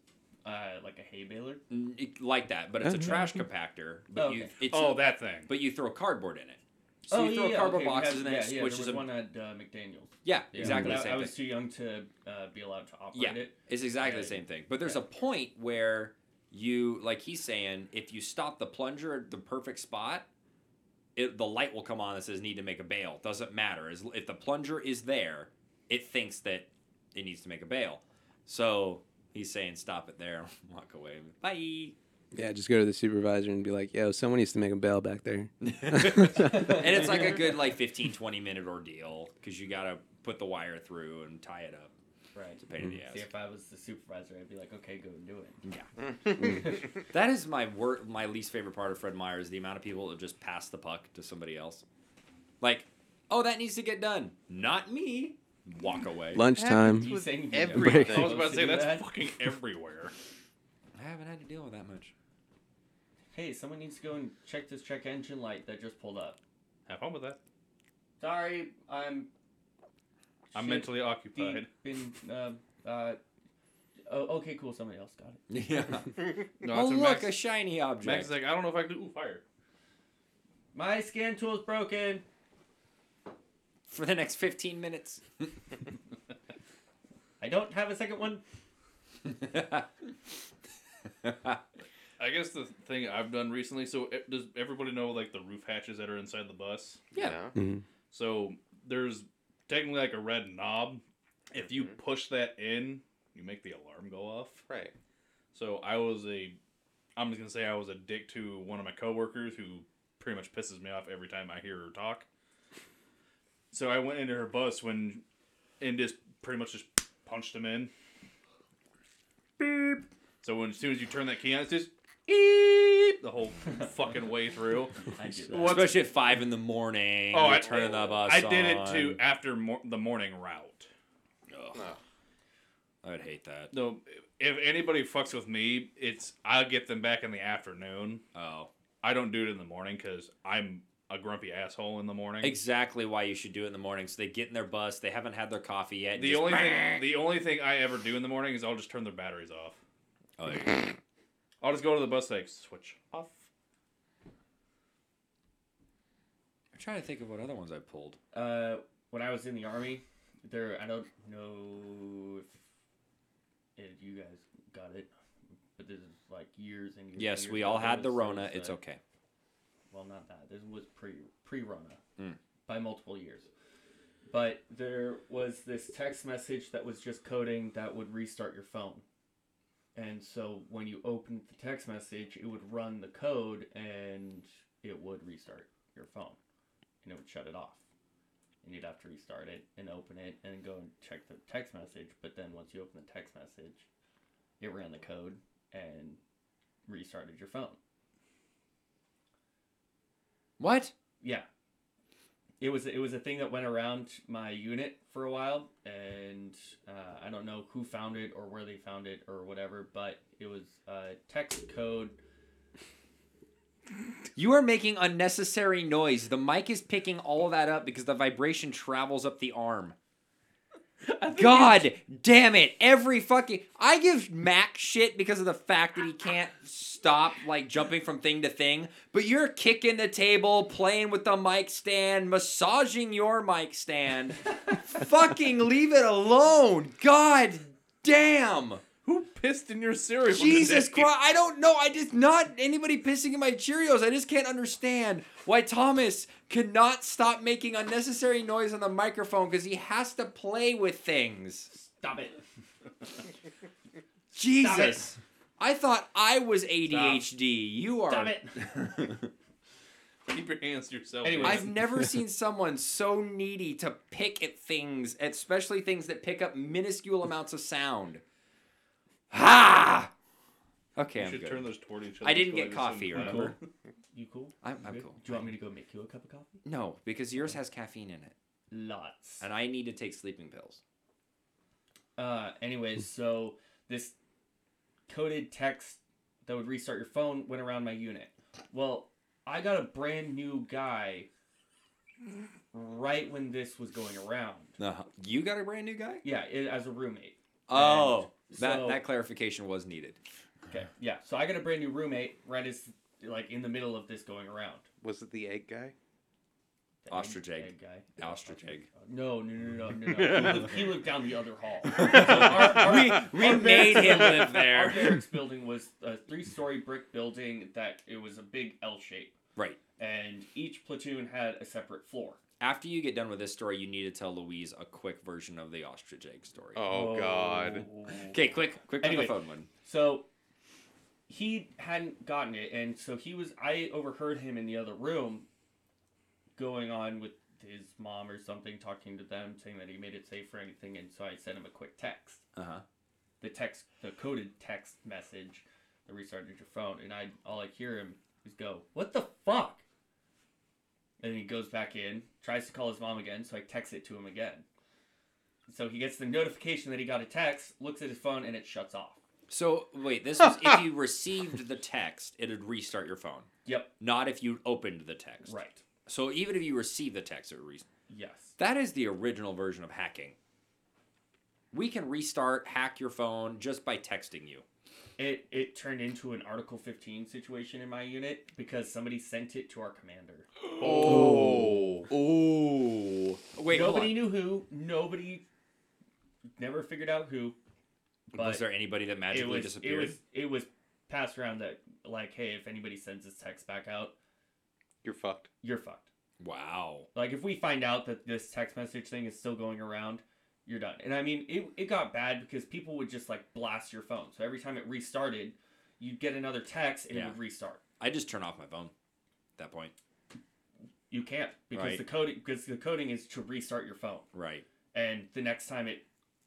Uh, like a hay baler.
N- it- Like that, but it's a
Oh, yeah.
trash compactor. But
Oh,
you,
okay.
it's
Oh, that thing.
But you throw cardboard in it. So you throw cardboard
Oh, okay, we
boxes
have-
in it,
Yeah, yeah,
which
there
is
was
a
one at uh, McDaniel's.
yeah,
Yeah,
exactly
but
the
I,
same
I
thing.
was too young to uh, be allowed to operate
Yeah,
it.
it's exactly the
Yeah.
same thing. But there's a point where you, like he's saying, if you stop the plunger at the perfect spot, it, the light will come on that says need to make a bail. Doesn't matter. As, if the plunger is there, it thinks that it needs to make a bail. So he's saying stop it there, <laughs> walk away, bye.
<laughs> Yeah, just go to the supervisor and be like, yo, someone needs to make a bail
<laughs>
back there.
and it's like a good like 15, 20 minute ordeal because you gotta put the wire through and tie it up.
Right.
It's a pain in the
See,
ass.
if I was the supervisor, I'd be like, okay, go and do it.
<laughs>
That is my wor- my least favorite part of Fred Meyer is the amount of people that just pass the puck to somebody else. Like, oh, that needs to get done. Not me. Walk away.
Lunchtime.
You saying you
everything.
I was about
supposed
to say
do
that's
that?
fucking everywhere.
I haven't had to deal with that much.
Hey, someone needs to go and check this check engine light that just pulled up.
Have fun with that.
Sorry, I'm.
I'm
shit
mentally occupied.
deep in. Uh, uh, oh, okay, cool. Somebody else got it.
<laughs> Yeah.
No,
oh
that's
look,
when
a
Max,
shiny object.
Max is like, I don't know if I can do ooh, fire.
My scan tool's broken.
For the next fifteen
<laughs>
minutes. <laughs>
I don't have a second one.
I guess the thing I've done recently. So e- does everybody know like the roof hatches that are inside the bus?
Yeah.
So there's technically like a red knob. If you
Mm-hmm.
push that in, you make the alarm go off.
Right.
So I was a, I'm just gonna say I was a dick to one of my coworkers who pretty much pisses me off every time I hear her talk. So I went into her bus when, and just pretty much just punched him in. Beep. So when, as soon as you turn that key on, it's just eep the whole fucking way through.
I do that.
Once-
Especially at five in the morning.
Oh,
you're
I
turning the bus.
I did it
on.
too after mor- the morning route.
I would hate that.
No, if anybody fucks with me, it's I'll get them back in the afternoon.
Oh.
I don't do it in the morning because I'm a grumpy asshole in the morning.
Exactly why you should do it in the morning. So they get in their bus, they haven't had their coffee yet. and
The
just-
only thing, the only thing I ever do in the morning is I'll just turn their batteries off.
<laughs> Oh, there you go.
I'll just go to the bus like switch off.
I'm trying to think of what other ones I pulled.
uh, when I was in the army, there I don't know if, if you guys got it, but this is like years and years. and
Yes,
years
we
ago,
all
there
had the
was- there
Rona.
was,
It's
uh,
okay.
Well, not that. This was pre pre Rona
Mm.
by multiple years. But there was this text message that was just coding that would restart your phone. And so when you opened the text message, it would run the code and it would restart your phone and it would shut it off. And you'd have to restart it and open it and go and check the text message. But then once you open the text message, it ran the code and restarted your phone.
What?
Yeah. It was it was a thing that went around my unit for a while, and uh, I don't know who found it or where they found it or whatever, but it was uh,
<laughs>
text code.
You are making unnecessary noise. The mic is picking all that up because the vibration travels up the arm. God damn it. Every fucking. I give Mac shit because of the fact that he can't stop, like, jumping from thing to thing. But you're kicking the table, playing with the mic stand, massaging your mic
<laughs>
stand. fucking leave it alone. God damn.
Who pissed in your cereal? <laughs>
Jesus
today?
Christ! I don't know. I just not anybody pissing in my Cheerios. I just can't understand why Thomas cannot stop making unnecessary noise on the microphone because he has to play with things.
Stop it!
Jesus. I thought I was ADHD. You are.
Stop it!
Keep your hands to yourself.
Anyway.
<laughs>
I've never seen someone so needy to pick at things, especially things that pick up minuscule amounts of sound. Ha! Okay,
You
I'm
should
good.
turn those toward each other.
I didn't
so
get
just
coffee,
don't-
You
remember?
cool? You cool?
I'm, I'm
Good?
cool.
Do you want me to go make you a cup of coffee?
No, because yours has caffeine in it,
Lots.
and I need to take sleeping pills.
Uh, anyways,
Hmm.
so this coded text that would restart your phone went around my unit. Well, I got a brand new guy right when this was going around.
Uh-huh. You got a brand new guy?
Yeah, it, as a roommate.
Oh, that
so-
that clarification was needed.
Okay. Yeah, so I got a brand new roommate right as like in the middle of this going around.
Was it the egg guy?
The
Ostrich egg.
guy.
Ostrich egg.
No, no, no, no, no, no. no. he, lived, he lived down the other hall. So our- our-
We
our
made him live
Our
there.
barracks building was a three-story brick building that it was a big L shape,
Right.
and each platoon had a separate floor.
After you get done with this story, you need to tell Louise a quick version of the ostrich egg story.
Oh, God.
Okay, quick, quick on the
Anyway.
phone one.
So he hadn't gotten it, and so he was. I overheard him in the other room, going on with his mom or something, talking to them, saying that he made it safe for anything, and so I sent him a quick text.
Uh huh.
the text, the coded text message that restarted your phone, and I all I hear him is go, "What the fuck?" And he goes back in, tries to call his mom again, so I text it to him again. So he gets the notification that he got a text, looks at his phone, and it shuts off.
So wait,
<laughs>
this was if you received the text, it'd restart your phone,
Yep.
not if you opened the text.
Right.
So even if you received the text, it would restart.
Yes.
That is the original version of hacking. We can restart, hack your phone just by texting you.
It it turned into an Article 15 situation in my unit because somebody sent it to our commander.
Oh. Oh. Wait, hold
nobody
on.
knew who. Nobody. Never figured out who.
was there anybody that
it
magically
was
disappeared?
it was it was passed around that like hey if anybody sends this text back out
You're fucked.
you're fucked
wow.
like if we find out that this text message thing is still going around you're done and i mean it, it got bad because people would just like blast your phone so every time it restarted you'd get another text and it
Yeah.
would restart
I just turn off my phone at that point.
you can't because
Right.
the coding because the coding is to restart your phone
Right.
and the next time it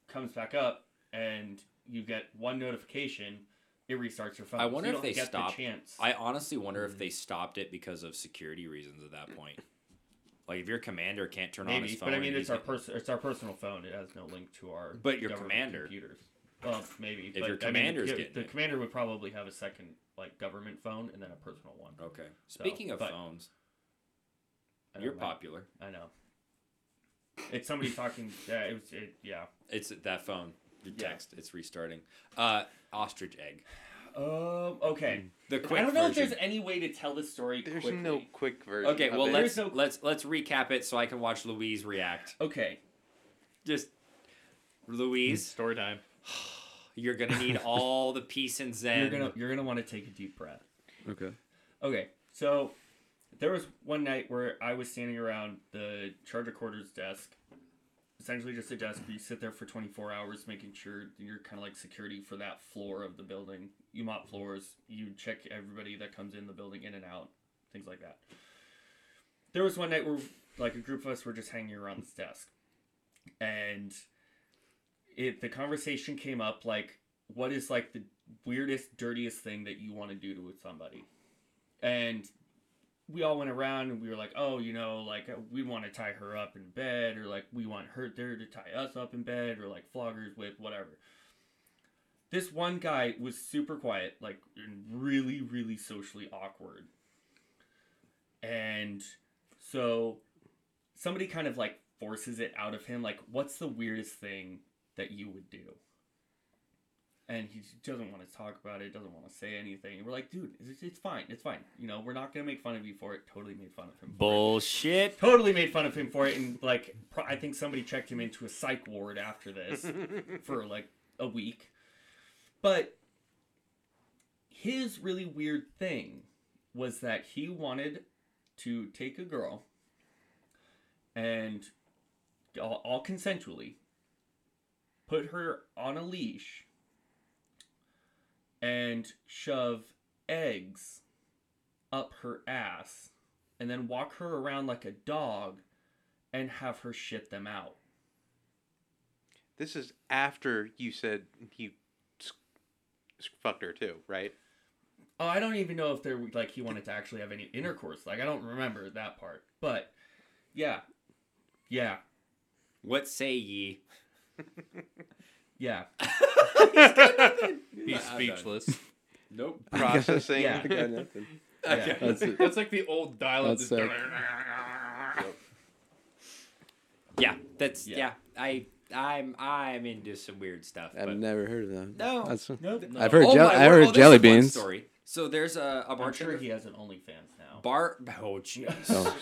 comes back up and you get one notification it restarts your phone
I
So
wonder
you
if
don't
they
get the
stopped.
chance
I honestly wonder
Mm.
if they stopped it because of security reasons at that point. Like if your commander can't turn on
Maybe,
his phone,
but I mean,
and
it's our
he's-
pers- it's our personal phone. It has no link to our.
But your
government
commander.
Computers. Well, maybe.
If
but,
your
I mean,
commander's
the,
getting
the
it.
commander would probably have a second like government phone and then a personal one.
Okay.
So,
Speaking of
but-
phones,
I don't
you're
know.
popular.
I know. It's somebody talking. Yeah, it was. It, yeah.
It's that phone. Your
Yeah.
text. It's restarting. Uh, ostrich egg.
Um. Okay.
The quick
I don't know
version.
if there's any way to tell this story
There's
quickly.
no quick version.
Okay,
of
well
it.
let's
no-
let's let's recap it so I can watch Louise react.
Okay.
Just Louise,
Story
<laughs>
time.
you're gonna need all the peace and zen.
You're gonna you're gonna want to take a deep breath.
Okay.
Okay, so there was one night where I was standing around the charger quarters desk, essentially just a desk. Where you sit there for 24 hours, making sure you're kind of like security for that floor of the building. You mop floors, you check everybody that comes in the building, in and out, things like that. There was one night where like a group of us were just hanging around this desk, and it the conversation came up like, what is like the weirdest, dirtiest thing that you want to do to somebody? and we all went around and we were like, oh, you know, like we want to tie her up in bed, or like we want her there to tie us up in bed, or like floggers whip, whatever. This one guy was super quiet, like and really, really socially awkward. And so somebody kind of like forces it out of him, like, what's the weirdest thing that you would do? and he just doesn't want to talk about it, doesn't want to say anything. And we're like, dude, it's, it's fine, it's fine. You know, we're not gonna make fun of you for it. Totally made fun of him. for it.
Bullshit.
Totally made fun of him for it, and like, pro- I think somebody checked him into a psych ward after this for like a week. But his really weird thing was that he wanted to take a girl and all, all consensually put her on a leash and shove eggs up her ass and then walk her around like a dog and have her shit them out.
This is after you said you s- fucked her too,
<laughs>
right?
Oh, I don't even know if there like he wanted to actually have any intercourse. Like I don't remember that part. But yeah. Yeah.
What say ye? <laughs>
Yeah.
He's speechless.
Nope.
Processing.
Yeah.
<laughs>
<laughs>
I
<laughs>
got nothing.
yeah.
That's it.
That's like the old dial-up.
That's
just-
Yeah, that's yeah.
Yeah.
I I'm I'm into some weird stuff.
I've
but-
never heard of that.
No.
That's,
No.
I've heard
Oh
jell
my
I
word.
heard
Oh, there's
jelly
a fun
beans.
Story. So there's a, a
I'm
bartender.
sure he has an OnlyFans now.
<laughs> bar. Oh jeez.
Oh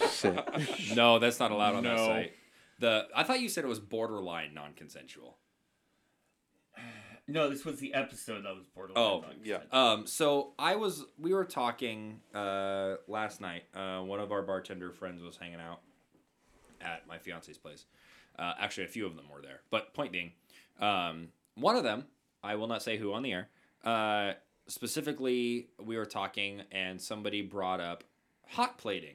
<laughs>
shit.
no, that's not allowed on that
No.
site. The I thought you said it was borderline non-consensual.
<laughs> No, this was the episode that was borderline.
Oh,
non-consent.
yeah.
Um, so I was we were talking uh last night. Uh, one of our bartender friends was hanging out at my fiance's place. Uh, actually, a few of them were there. But point being, um, one of them I will not say who on the air. Uh, specifically, we were talking and somebody brought up hot plating,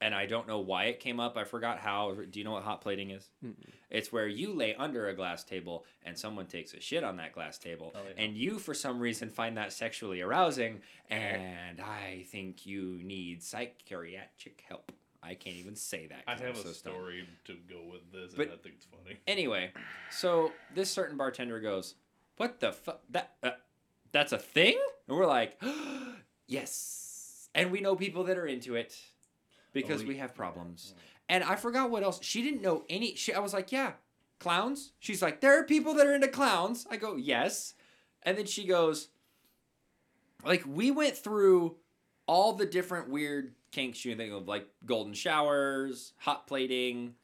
and I don't know why it came up. I forgot how. Do you know what hot plating is? It's where you lay under a glass table and someone takes a shit on that glass table,
Oh, yeah.
and you, for some reason, find that sexually arousing, and I think you need psychiatric help. I can't even say that.
I
'cause I'm
have a
so stoned.
story to go with this,
But-
and I think it's funny.
Anyway, so this certain bartender goes, "What the fuck? That uh, that's a thing?" And we're like, <gasps> "Yes." And we know people that are into it because
Oh,
we
yeah.
have problems. And I forgot what else. She didn't know any. She, I was like, "Yeah, clowns." She's like, "There are people that are into clowns." I go, "Yes." And then she goes, like we went through all the different weird kinks you can think of, like golden showers, hot plating,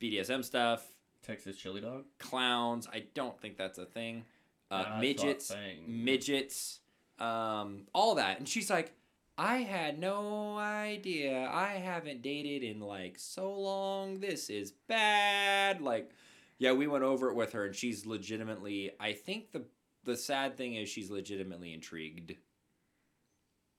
BDSM stuff,
Texas chili dog.
clowns. I don't think that's a thing. Uh,
That's a
midgets,
thing.
midgets, um, all that. And she's like, I had no idea. I haven't dated in like so long. This is bad. Like, yeah, we went over it with her, and she's legitimately. I think the the sad thing is she's legitimately intrigued.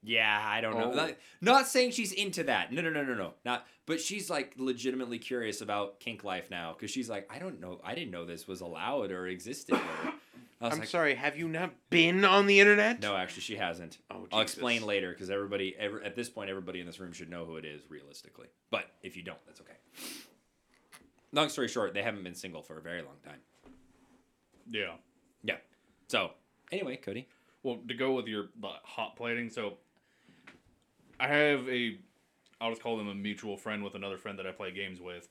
Yeah, I don't know.
Oh.
Not, not saying she's into that. No, no, no, no, no. Not. But she's like legitimately curious about kink life now because she's like, I don't know. I didn't know this was allowed or existed. Or, I was
I'm
like,
sorry. Have you not been on the internet?
no, actually, she hasn't.
Oh,
I'll explain
Jesus.
later because everybody, every, at this point, everybody in this room should know who it is realistically. But if you don't, that's okay. Long story short, they haven't been single for a very long time.
Yeah.
Yeah. So anyway, Cody.
Well, to go with your the hot plating, so I have a, I'll just call them a mutual friend with another friend that I play games with,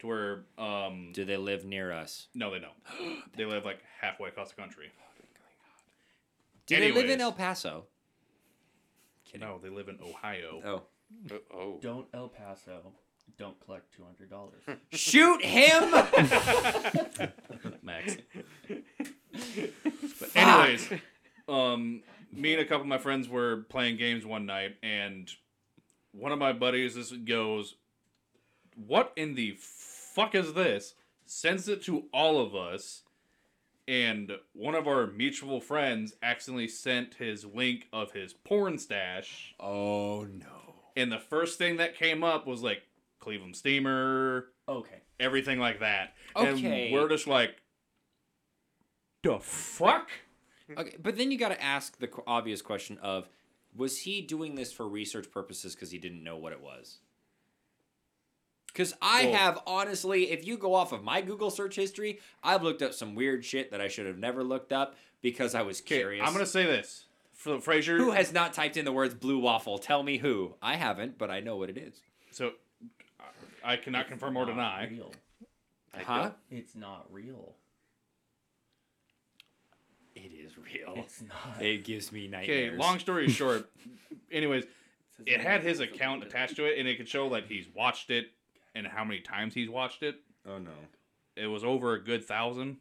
to where um
Do they live near us?
no
<gasps>
they don't, they live like halfway across the country.
Do they live in
Anyways.
El Paso? Kidding.
No, they live in Ohio.
Oh.
Oh.
Don't El Paso. Don't collect two hundred dollars.
Shoot <laughs> him! <laughs>
Max. but anyways, um, me and a couple of my friends were playing games one night, and one of my buddies just goes, "What in the fuck is this?" Sends it to all of us, and one of our mutual friends accidentally sent his link of his porn stash.
Oh no.
And the first thing that came up was like Cleveland Steamer,
okay.
everything like that.
Okay.
And we're just like, the fuck?
Okay, but then you got to ask the qu- obvious question of was he doing this for research purposes cuz he didn't know what it was? Cuz I
Well-
have honestly, if you go off of my Google search history, I've looked up some weird shit that I should have never looked up because I was
Okay,
curious.
I'm gonna say this for Frazier.
who has not typed in the words blue waffle? Tell me who. I haven't, but I know what it is.
so I- I cannot confirm or
Oh,
Not
deny.
Real.
I
huh?
don't-
It's not real.
It is real.
It's not.
It gives me nightmares.
Okay,
<laughs>
long story short. Anyways, it had his account attached to it, and it could show that he's watched it and how many times he's watched it.
Oh no.
It was over a good thousand.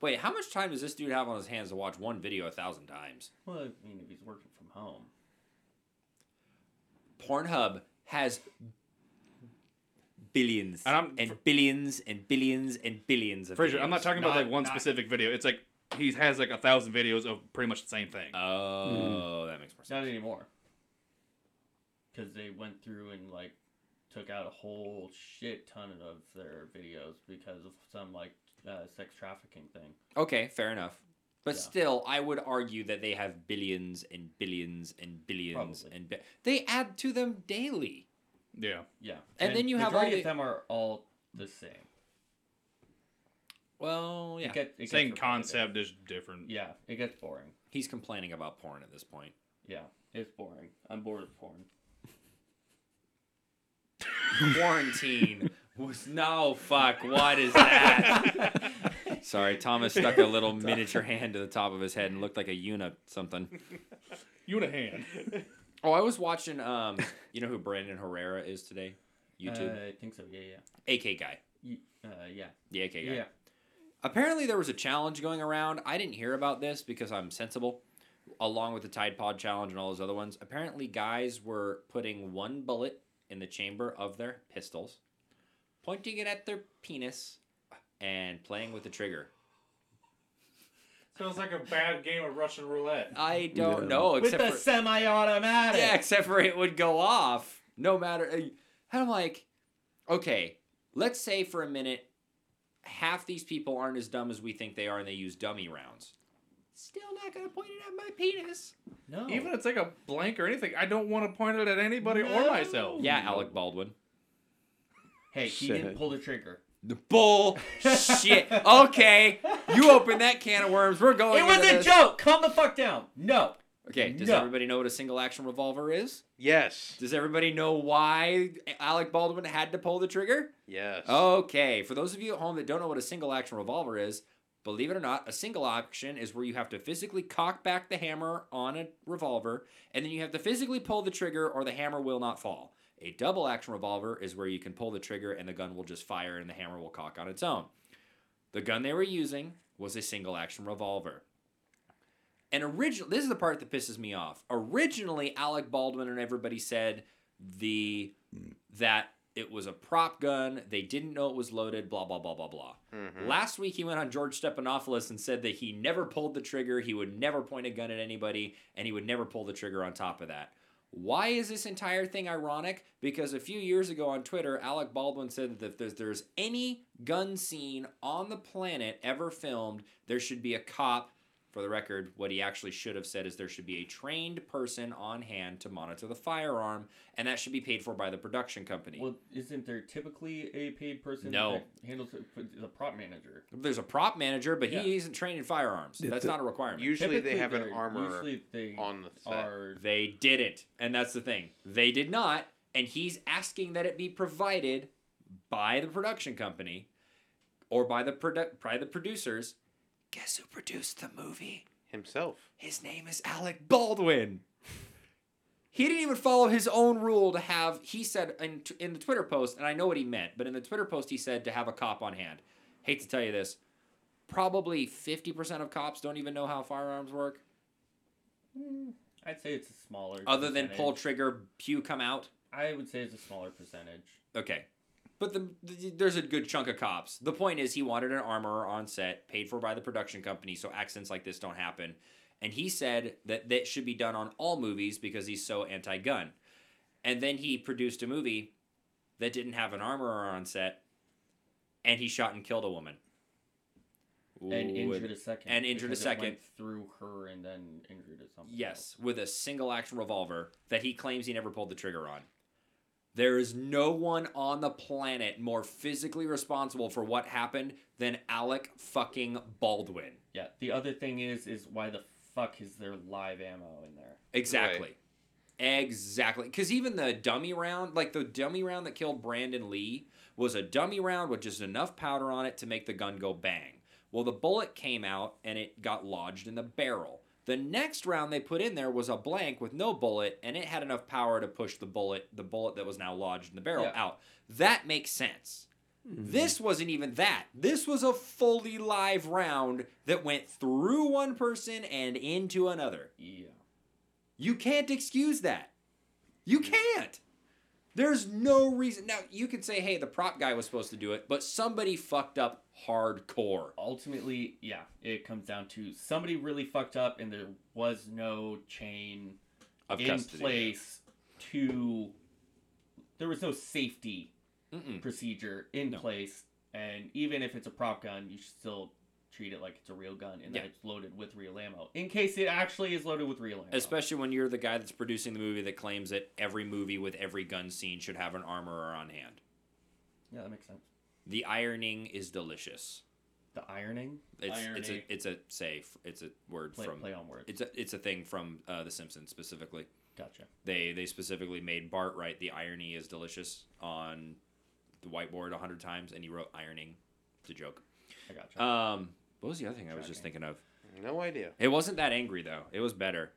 Wait, how much time does this dude have on his hands to watch one video a thousand times?
Well, I mean, if he's working from home.
Pornhub has billions
And I'm-
and billions and billions and billions of
Frazier, I'm not
videos.
talking about
Not-
like one
not-
specific video. It's like he has like a thousand videos of pretty much the same thing.
Uh,
Oh, that makes more
It's
sense.
not anymore. Because they went through and like took out a whole shit ton of their videos because of some like uh, sex trafficking thing.
Okay, fair enough. But still, I would argue that they have billions and billions and billions
Probably.
and bi- they add to them daily.
Yeah.
Yeah.
And then you have all
majority
the-
of them are all the same.
Well, yeah.
It get, it gets
Same
repetitive.
concept, just different.
Yeah, it gets boring.
He's complaining about porn at this point.
Yeah, it's boring. I'm bored of porn.
Quarantine <laughs> was no fuck. What is that? <laughs> Sorry, Thomas stuck a little miniature hand to the top of his head and looked like a unit something.
You and a hand.
Oh, I was watching.
<laughs>
Um, you know who Brandon Herrera is today? YouTube,
Uh, I think so. Yeah, yeah.
AK guy,
You, uh, yeah.
the AK guy.
Yeah.
Apparently, there was a challenge going around. I didn't hear about this because I'm sensible, along with the Tide Pod challenge and all those other ones. Apparently, guys were putting one bullet in the chamber of their pistols, pointing it at their penis, and playing with the trigger.
Sounds like a bad game of Russian roulette.
I don't
Yeah.
know,
With
except
the
for,
semi-automatic.
yeah, except for it would go off no matter. uh, And I'm like, okay, let's say for a minute, half these people aren't as dumb as we think they are, and they use dummy rounds. Still not gonna point it at my penis.
No.
Even if it's like a blank or anything, I don't want to point it at anybody or
No.
myself.
Yeah, Alec Baldwin.
hey, he didn't
Shit.
pull the trigger.
The bull shit. Okay, you open that can of worms. We're going.
it was
into
a
this.
joke. Calm the fuck down. No.
Okay, does
No.
everybody know what a single action revolver is?
Yes.
Does everybody know why Alec Baldwin had to pull the trigger?
Yes.
Oh, Okay, for those of you at home that don't know what a single action revolver is, believe it or not, a single action is where you have to physically cock back the hammer on a revolver, and then you have to physically pull the trigger or the hammer will not fall. A double action revolver is where you can pull the trigger and the gun will just fire and the hammer will cock on its own. The gun they were using was a single action revolver. And original this is the part that pisses me off. Originally Alec Baldwin and everybody said the that it was a prop gun. They didn't know it was loaded. Blah blah blah blah blah. Last week he went on George Stephanopoulos and said that he never pulled the trigger. He would never point a gun at anybody, and he would never pull the trigger. On top of that, why is this entire thing ironic? Because a few years ago on Twitter, Alec Baldwin said that if there's, there's any gun scene on the planet ever filmed, there should be a cop. For the record, what he actually should have said is there should be a trained person on hand to monitor the firearm, and that should be paid for by the production company.
Well, isn't there typically a paid person
No.
that handles it, the prop manager?
There's a prop manager, but
Yeah.
he isn't trained in firearms.
Did
That's
the-
not a requirement.
Usually they
Typically,
have an
they're-
armor
Usually they
on the set.
are.
They didn't. And that's the thing. They did not. And he's asking that it be provided by the production company or by the produ- by the producers. Guess who produced the movie?
himself.
His name is Alec Baldwin. He didn't even follow his own rule to have. He said in, t- in the Twitter post, and I know what he meant, but in the Twitter post, he said to have a cop on hand. Hate to tell you this, probably fifty percent of cops don't even know how firearms work,
I'd say it's a smaller.
other than
percentage.
pull trigger, pew come out.
I would say it's a smaller percentage.
Okay. But the, the, there's a good chunk of cops. The point is, he wanted an armorer on set, paid for by the production company, so accidents like this don't happen. And he said that that should be done on all movies because he's so anti gun. And then he produced a movie that didn't have an armorer on set, and he shot and killed a woman.
And
Ooh,
injured
with-
a second.
and injured a
because it
second.
went through her and then injured or something.
Yes, with a single action revolver that he claims he never pulled the trigger on. There is no one on the planet more physically responsible for what happened than Alec fucking Baldwin.
Yeah. The other thing is, is why the fuck is there live ammo in there?
Exactly. Exactly. Because even the dummy round, like the dummy round that killed Brandon Lee, was a dummy round with just enough powder on it to make the gun go bang. Well, the bullet came out and it got lodged in the barrel. The next round they put in there was a blank with no bullet, and it had enough power to push the bullet, the bullet that was now lodged in the barrel,
Yeah.
out. That makes sense. This wasn't even that. This was a fully live round that went through one person and into another.
Yeah.
You can't excuse that. You can't. There's no reason. Now, you could say, hey, the prop guy was supposed to do it, but somebody fucked up hardcore.
Ultimately, yeah, it comes down to somebody really fucked up, and there was no chain
Of
in place to. There was no safety
Mm-mm.
procedure in
No.
place, and even if it's a prop gun, you should still treat it like it's a real gun and
Yeah.
that it's loaded with real ammo in case it actually is loaded with real ammo.
Especially when you're the guy that's producing the movie that claims that every movie with every gun scene should have an armorer on hand.
yeah, that makes sense.
The ironing is delicious.
The ironing
It's it's
Irony.
a it's a say it's a word
play
from
play on words.
it's a it's a thing from uh, The Simpsons specifically.
Gotcha.
They they specifically made Bart write the irony is delicious on the whiteboard a hundred times, and he wrote ironing. It's a joke.
I gotcha.
Um, what was the other thing I was just thinking of?
No idea.
It wasn't that angry though. It was better.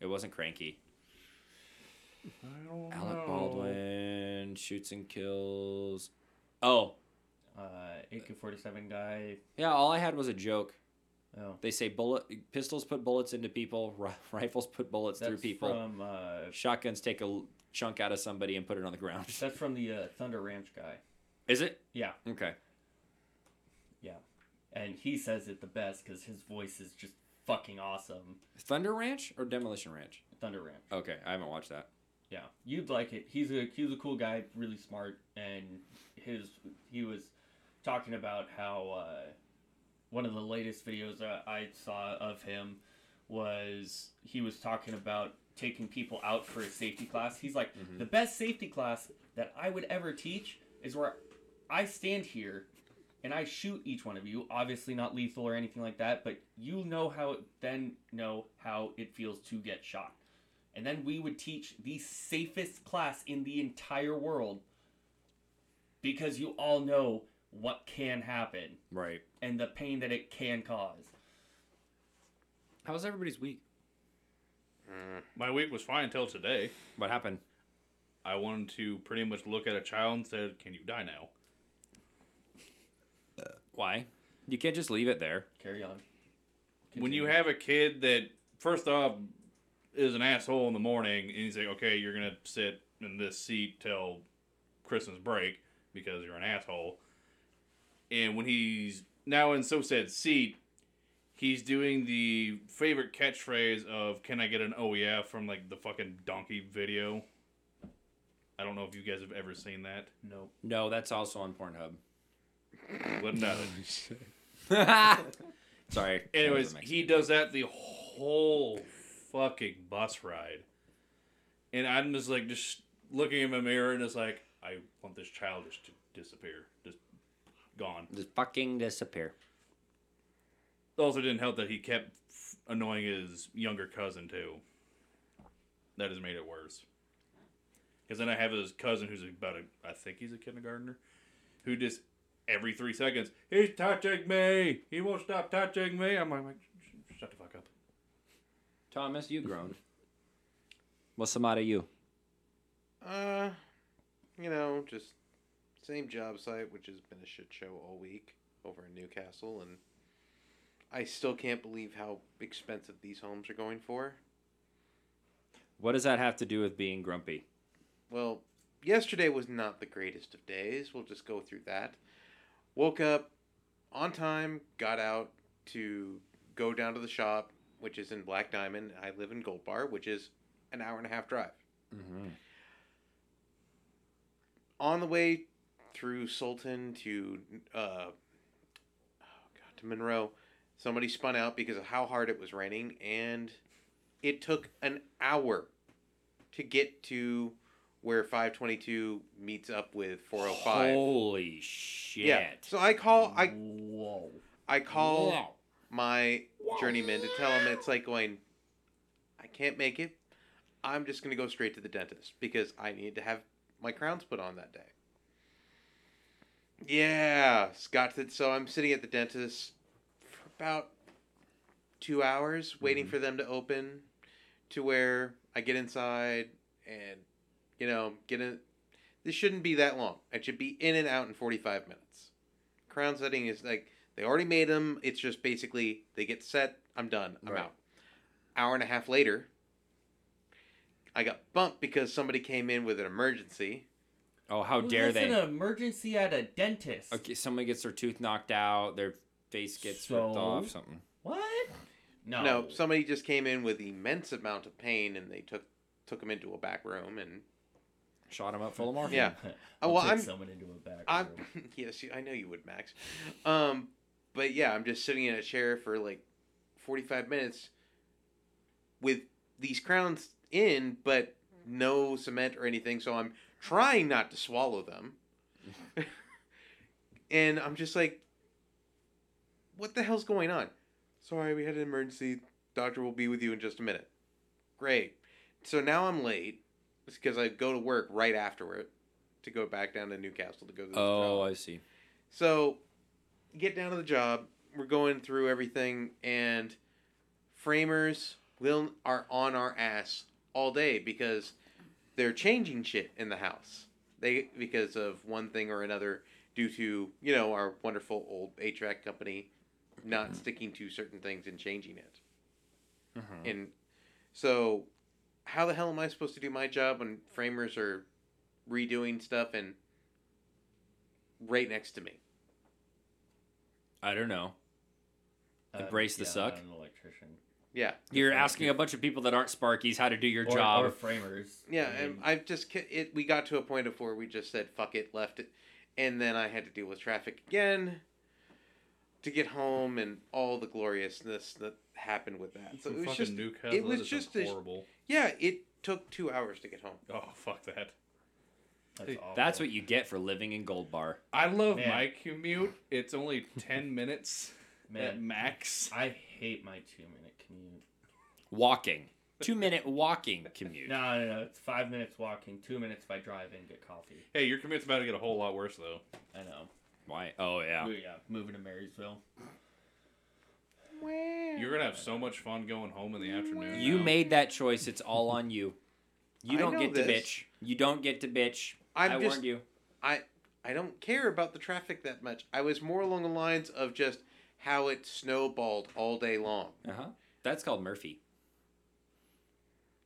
It wasn't cranky. Alec Baldwin shoots and kills. Oh
Uh, AK-47 guy.
yeah, all I had was a joke.
Oh,
They say bullet pistols put bullets into people, <laughs> ri- rifles put bullets
that's
through people,
from uh,
shotguns take a l- chunk out of somebody and put it on the ground.
that's from the uh, Thunder Ranch guy.
Is it
Yeah,
okay?
and he says it the best because his voice is just fucking awesome.
Thunder Ranch or Demolition Ranch?
Thunder Ranch.
Okay, I haven't watched that.
Yeah, you'd like it. He's a he's a cool guy, really smart, and his he was talking about how uh, one of the latest videos I, I saw of him was he was talking about taking people out for a safety class. He's like, the best safety class that I would ever teach is where I stand here and I shoot each one of you. Obviously not lethal or anything like that, but you know how then know how it feels to get shot. And then we would teach the safest class in the entire world because you all know what can happen
Right.
and the pain that it can cause.
How's everybody's week?
My week was fine until today.
What happened?
I wanted to pretty much look at a child and said, "Can you die now?"
Why? You can't just leave it there.
Carry on.
When
Continue.
you have a kid that first off is an asshole in the morning, and you say, "Okay, you're gonna sit in this seat till Christmas break because you're an asshole," and when he's now in so said seat, he's doing the favorite catchphrase of "Can I get an oh yeah?" from like the fucking donkey video. I don't know if you guys have ever seen that.
Nope.
No, that's also on Pornhub.
But no.
<laughs> Sorry. that
Anyways,
doesn't make
he does that the whole fucking bus ride. And I'm just like, just looking in my mirror and it's like, I want this child just to disappear. Just gone.
sense. just fucking disappear.
It also didn't help that he kept annoying his younger cousin too. That has made it worse. Because then I have his cousin who's about a, I think he's a kindergartner, who just every three seconds, he's touching me. He won't stop touching me. I'm like, "Sh- shut the fuck up.
Thomas, you groaned. What's the matter, you?
Uh, you know, just same job site, which has been a shit show all week over in Newcastle, and I still can't believe how expensive these homes are going for.
What does that have to do with being grumpy?
Well, yesterday was not the greatest of days. We'll just go through that. Woke up on time, got out to go down to the shop, which is in Black Diamond. I live in Gold Bar, which is an hour and a half drive.
Mm-hmm.
On the way through Sultan to uh, oh god to Monroe, somebody spun out because of how hard it was raining, and it took an hour to get to where 522 meets up with 405.
Holy shit.
Yeah. So I call I
Whoa.
I call
Wow.
my journeyman to tell him it's like going I can't make it. I'm just going to go straight to the dentist because I need to have my crowns put on that day. Yeah, Scott said so I'm sitting at the dentist for about 2 hours waiting for them to open to where I get inside and you know, get in this shouldn't be that long. It should be in and out in 45 minutes. Crown setting is like they already made them. It's just basically they get set. I'm done. I'm
Right.
out. Hour and a half later, I got bumped because somebody came in with an emergency.
Oh, how
Who
dare
lives
they?
in an emergency at a dentist.
Okay, somebody gets their tooth knocked out, their face gets ripped
So?
off, something.
What? No.
No, somebody just came in with immense amount of pain, and they took took him into a back room. And
Shot him up full of morphine.
<laughs>
yeah, Uh,
I'll
well,
take
I'm- <laughs>
someone into a back
I'm
room.
yes, you- I know you would, Max. Um, But yeah, I'm just sitting in a chair for like 45 minutes with these crowns in, but no cement or anything. So I'm trying not to swallow them. and I'm just like, what the hell's going on? Sorry, we had an emergency. Doctor will be with you in just a minute. Great. So now I'm late. It's because I go to work right afterward to go back down to Newcastle to go to the
Oh, I see.
so, get down to the job. We're going through everything, and framers will are on our ass all day because they're changing shit in the house. They because of one thing or another due to you know our wonderful old HVAC company not sticking to certain things and changing it. And so, how the hell am I supposed to do my job when framers are redoing stuff and right next to me?
I don't know. Embrace the
Uh, yeah,
suck.
I'm an electrician.
Yeah,
You're asking a bunch of people that aren't Sparkies how to do your
or,
job.
or framers.
yeah.
I
And
mean,
I've just ca- it. We got to a point of where we just said fuck it, left it, and then I had to deal with traffic again to get home and all the gloriousness that happened with that. So it was
Fucking
just
Newcastle.
it was
that is
just a-
horrible.
yeah. It took two hours to get home.
Oh fuck that.
that's, awful.
That's what you get for living in Gold Bar.
I love
Man.
my commute. It's
<laughs>
only ten minutes at
Man.
max.
I hate my two minute commute.
Walking. Two minute walking
<laughs>
commute.
No, no, no. It's five minutes walking, two minutes by drive in, get coffee.
Hey, your commute's about to get a whole lot worse though.
I know.
Why? Oh, yeah.
Mo- yeah, moving to Marysville.
You're gonna have so much fun going home in the afternoon.
You
now.
made that choice. It's all on you. You
I
don't
know
get to
this.
bitch. You don't get to bitch.
I'm
I
just-
warned you.
I I don't care about the traffic that much. I was more along the lines of just how it snowballed all day long.
Uh huh. That's called Murphy.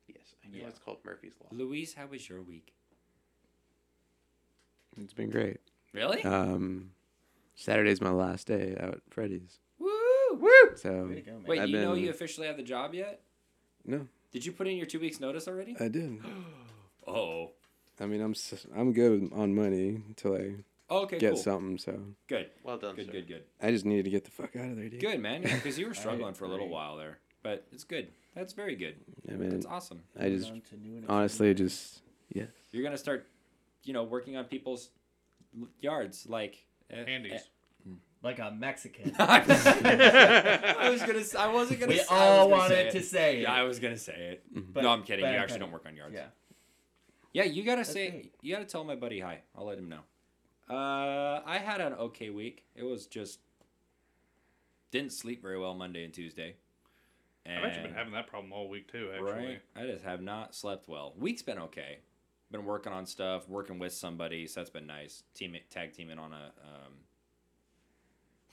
Yes, I know
Yeah.
it's called Murphy's Law.
Louise, how was your week?
It's been great.
Really?
Um, Saturday's my last day out at Freddy's.
Woo! Woo!
So
Way to go, man.
Wait,
I've
do you know
been-
you officially have the job yet?
no,
Did you put in your two weeks notice already?
I did.
oh.
I mean, I'm s- I'm good on money until I
Okay,
get
cool.
something. So
Good.
Well done,
Good,
sir.
good, good.
I just needed to get the fuck out of there, dude.
Good, man.
<laughs>
Yeah, because you were struggling for a little
agree.
while there. But it's good. That's very good.
I mean,
That's awesome.
I just
On to new and
honestly
exciting
just yes.
You're going to start, you know, working on people's l- yards like. eh,
<laughs> handies.
<laughs>
things. Like a Mexican.
eh. uh, I was gonna. s- I wasn't gonna.
we
s- I was
all
gonna say
wanted
it.
to say it.
Yeah, I was gonna say it.
but-
no, I'm kidding.
but
You
I'm
actually
kidding.
don't work on yards.
Yeah.
Yeah, you gotta say
great.
you gotta tell my buddy hi. I'll let him know. Uh, I had an okay week. It was just didn't sleep very well Monday and Tuesday.
I
And
bet you've been having that problem all week too. Actually,
right, I just have not slept well. Week's been okay. Been working on stuff, working with somebody, so that's been nice. Team tag teaming on a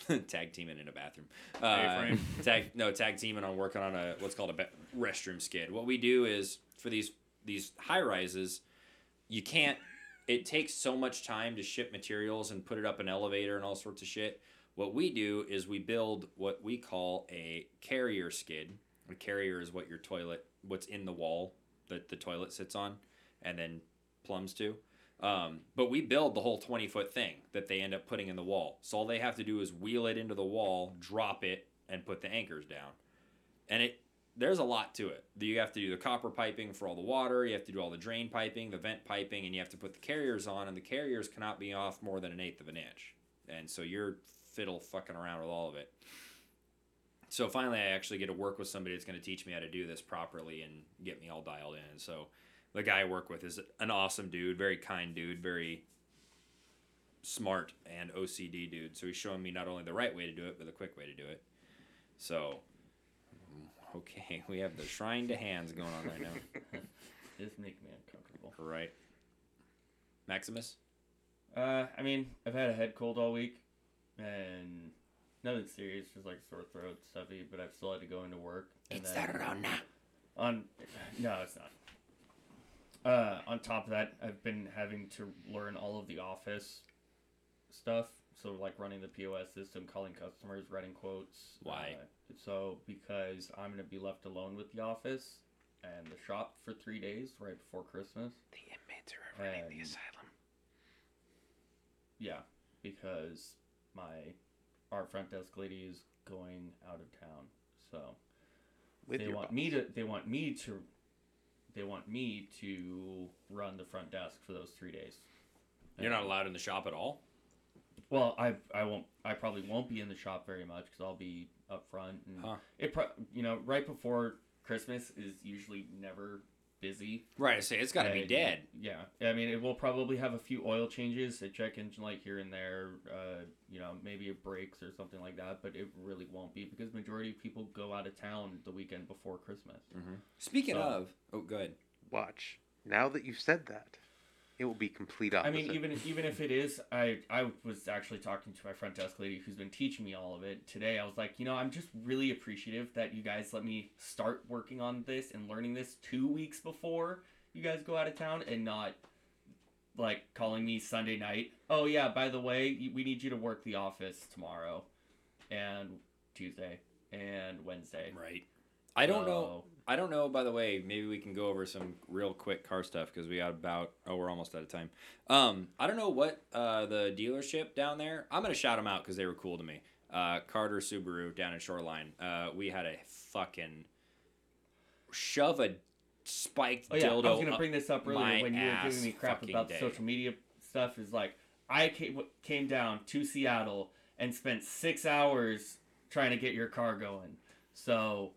um, <laughs> tag teaming in a bathroom. Uh,
A-frame.
tag no tag teaming on working on a what's called a ba- restroom skid. What we do is for these these high rises, you can't. It takes so much time to ship materials and put it up an elevator and all sorts of shit. What we do is we build what we call a carrier skid. A carrier is what your toilet, what's in the wall that the toilet sits on, and then plums to. Um, but we build the whole 20 foot thing that they end up putting in the wall. So all they have to do is wheel it into the wall, drop it, and put the anchors down. And it there's a lot to it. You have to do the copper piping for all the water, you have to do all the drain piping, the vent piping, and you have to put the carriers on, and the carriers cannot be off more than an eighth of an inch. And so you're fiddle fucking around with all of it. So finally, I actually get to work with somebody that's going to teach me how to do this properly and get me all dialed in. So the guy I work with is an awesome dude, very kind dude, very smart and OCD dude. So he's showing me not only the right way to do it, but the quick way to do it. So, <laughs> okay, we have the shrine to hands going on right <laughs> now.
This make me uncomfortable.
right. Maximus?
Uh, I mean, I've had a head cold all week, and nothing serious, just like sore throat, stuffy. But I've still had to go into work. And then
Rona.
on, no, it's not. Uh, on top of that, I've been having to learn all of the office stuff. So like running the POS system, calling customers, writing quotes.
Why?
Uh, so because I'm gonna be left alone with the office and the shop for three days right before Christmas.
The inmates are running the
Um,
asylum.
Yeah, because my our front desk lady is going out of town, so
With
they
your
want
boss.
me to. They want me to. They want me to run the front desk for those three days.
You're not allowed in the shop at all.
Well, I I won't I probably won't be in the shop very much because I'll be up front and
Huh.
it pro- you know right before Christmas is usually never busy.
Right. I say it's got to be
And,
dead.
Yeah, I mean it will probably have a few oil changes, a check engine light here and there, uh, you know maybe it breaks or something like that, but it really won't be because majority of people go out of town the weekend before Christmas.
Speaking
So-
of, oh, good.
Watch. Now that you've said that, it will be complete opposite.
I mean, even even if it is, I I was actually talking to my front desk lady who's been teaching me all of it today. I was like, you know, I'm just really appreciative that you guys let me start working on this and learning this two weeks before you guys go out of town, and not like calling me Sunday night. Oh yeah, by the way, y- we need you to work the office tomorrow, and Tuesday and Wednesday.
Right. Uh, I don't know.
So-
I don't know. By the way, maybe we can go over some real quick car stuff because we got about. Oh, we're almost out of time. Um, I don't know what uh, the dealership down there. I'm gonna shout them out because they were cool to me. Uh, Carter Subaru down in Shoreline. Uh, we had a fucking shove a spiked
Oh yeah,
dildo.
I was gonna
up-
bring this up
my
earlier when you were
ass
giving me crap
fucking
about
day.
the social media stuff. Is like I came, w- came down to Seattle and spent six hours trying to get your car going. So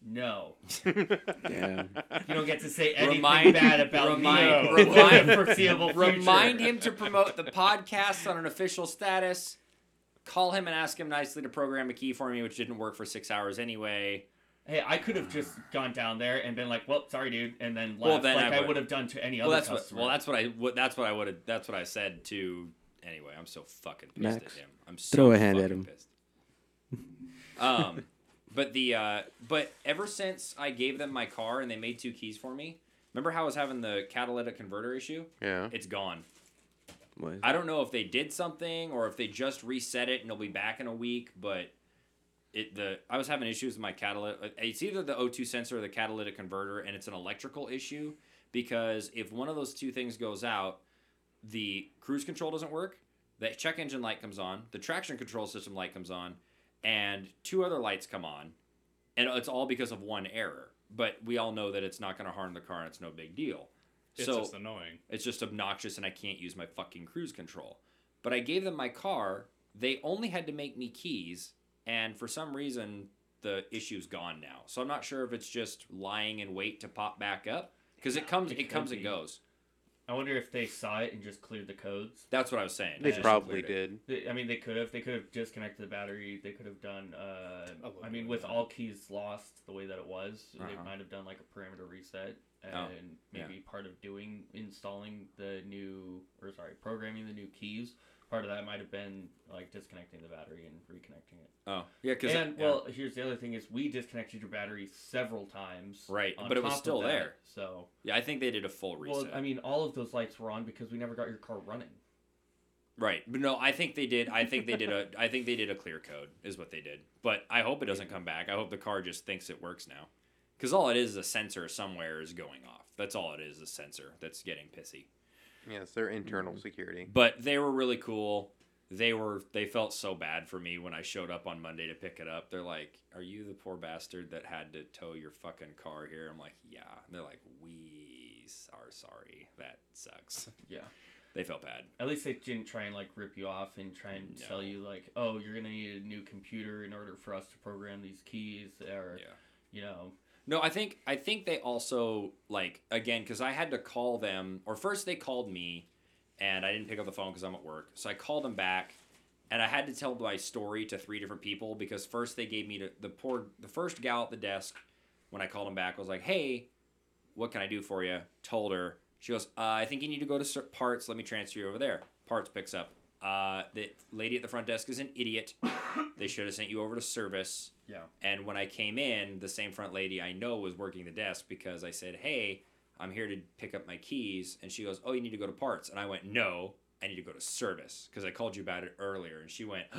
no,
Yeah.
you don't get to say
<laughs>
anything
Remind-
bad about
remind-
me
remind-
for the foreseeable future.
<laughs> Remind him to promote the podcast on an official status. Call him and ask him nicely to program a key for me, which didn't work for six hours anyway.
Hey, I could have just gone down there and been like, "Well, sorry, dude," and then left,
Well, then
like
I
I
would-
would have done to any
Well,
other
that's what.
customer.
Well, that's what I. What, that's what I would have. That's what I said to. Anyway, I'm so fucking pissed
Max,
at him. I'm so
throw a hand at
fucking
him.
Pissed. Um, but the uh, but ever since I gave them my car and they made two keys for me, remember how I was having the catalytic converter issue?
yeah.
It's gone.
What is
I don't know if they did something or if they just reset it and it'll be back in a week, but it the I was having issues with my catalytic it's either the O2 sensor or the catalytic converter and it's an electrical issue because if one of those two things goes out, the cruise control doesn't work, the check engine light comes on, the traction control system light comes on, and two other lights come on. And it's all because of one error. But we all know that it's not going to harm the car and it's no big deal.
It's
so
just annoying.
it's just obnoxious and I can't use my fucking cruise control. But I gave them my car. They only had to make me keys. And for some reason, the issue's gone now. So I'm not sure if it's just lying in wait to pop back up because it comes,
It
it,
could
comes and
be.
goes.
I wonder if they saw it and just cleared the codes.
That's what I was saying.
They
I just
probably
cleared it.
did.
They- I mean, they could have. They could have disconnected the battery. They could have done. Uh,
I love
I mean,
doing
with
that.
all keys lost the way that it was, they
Uh-huh.
might have done like a parameter reset, and
Oh, yeah.
maybe part of doing installing the new or sorry, programming the new keys. Part of that might have been like disconnecting the battery and reconnecting it.
Oh, yeah. Because
And well, here's the other thing: is we disconnected your battery several times,
Right,
on
but it was
top of
still
that,
there.
So,
yeah, I think they did a full reset.
well, I mean, all of those lights were on because we never got your car running.
Right. But no, I think they did. I think they did a. I think they did a clear code is what they did. But I hope it doesn't come back. I hope the car just thinks it works now, because all it is is a sensor somewhere is going off. That's all it is. A sensor that's getting pissy.
Yeah, it's their internal security.
But they were really cool. They were. They felt so bad for me when I showed up on Monday to pick it up. They're like, "Are you the poor bastard that had to tow your fucking car here?" I'm like, "Yeah." And they're like, "We are sorry. That sucks."
Yeah.
They felt bad.
At least they didn't try and like rip you off and try and
No.
tell you like, oh, you're gonna need a new computer in order for us to program these keys, or
Yeah.
you know,
No, I think I think they also like again because I had to call them or first they called me, and I didn't pick up the phone because I'm at work. So I called them back, and I had to tell my story to three different people because first they gave me the, the poor the first gal at the desk when I called them back was like, hey, what can I do for you? Told her she goes, uh, I think you need to go to cer- parts. Let me transfer you over there. Parts picks up. Uh, the lady at the front desk is an idiot. they should have sent you over to service.
yeah,
And when I came in, the same front lady I know was working the desk because I said, Hey, I'm here to pick up my keys. And she goes, Oh, you need to go to parts. And I went, No, I need to go to service because I called you about it earlier. And she went, <gasps>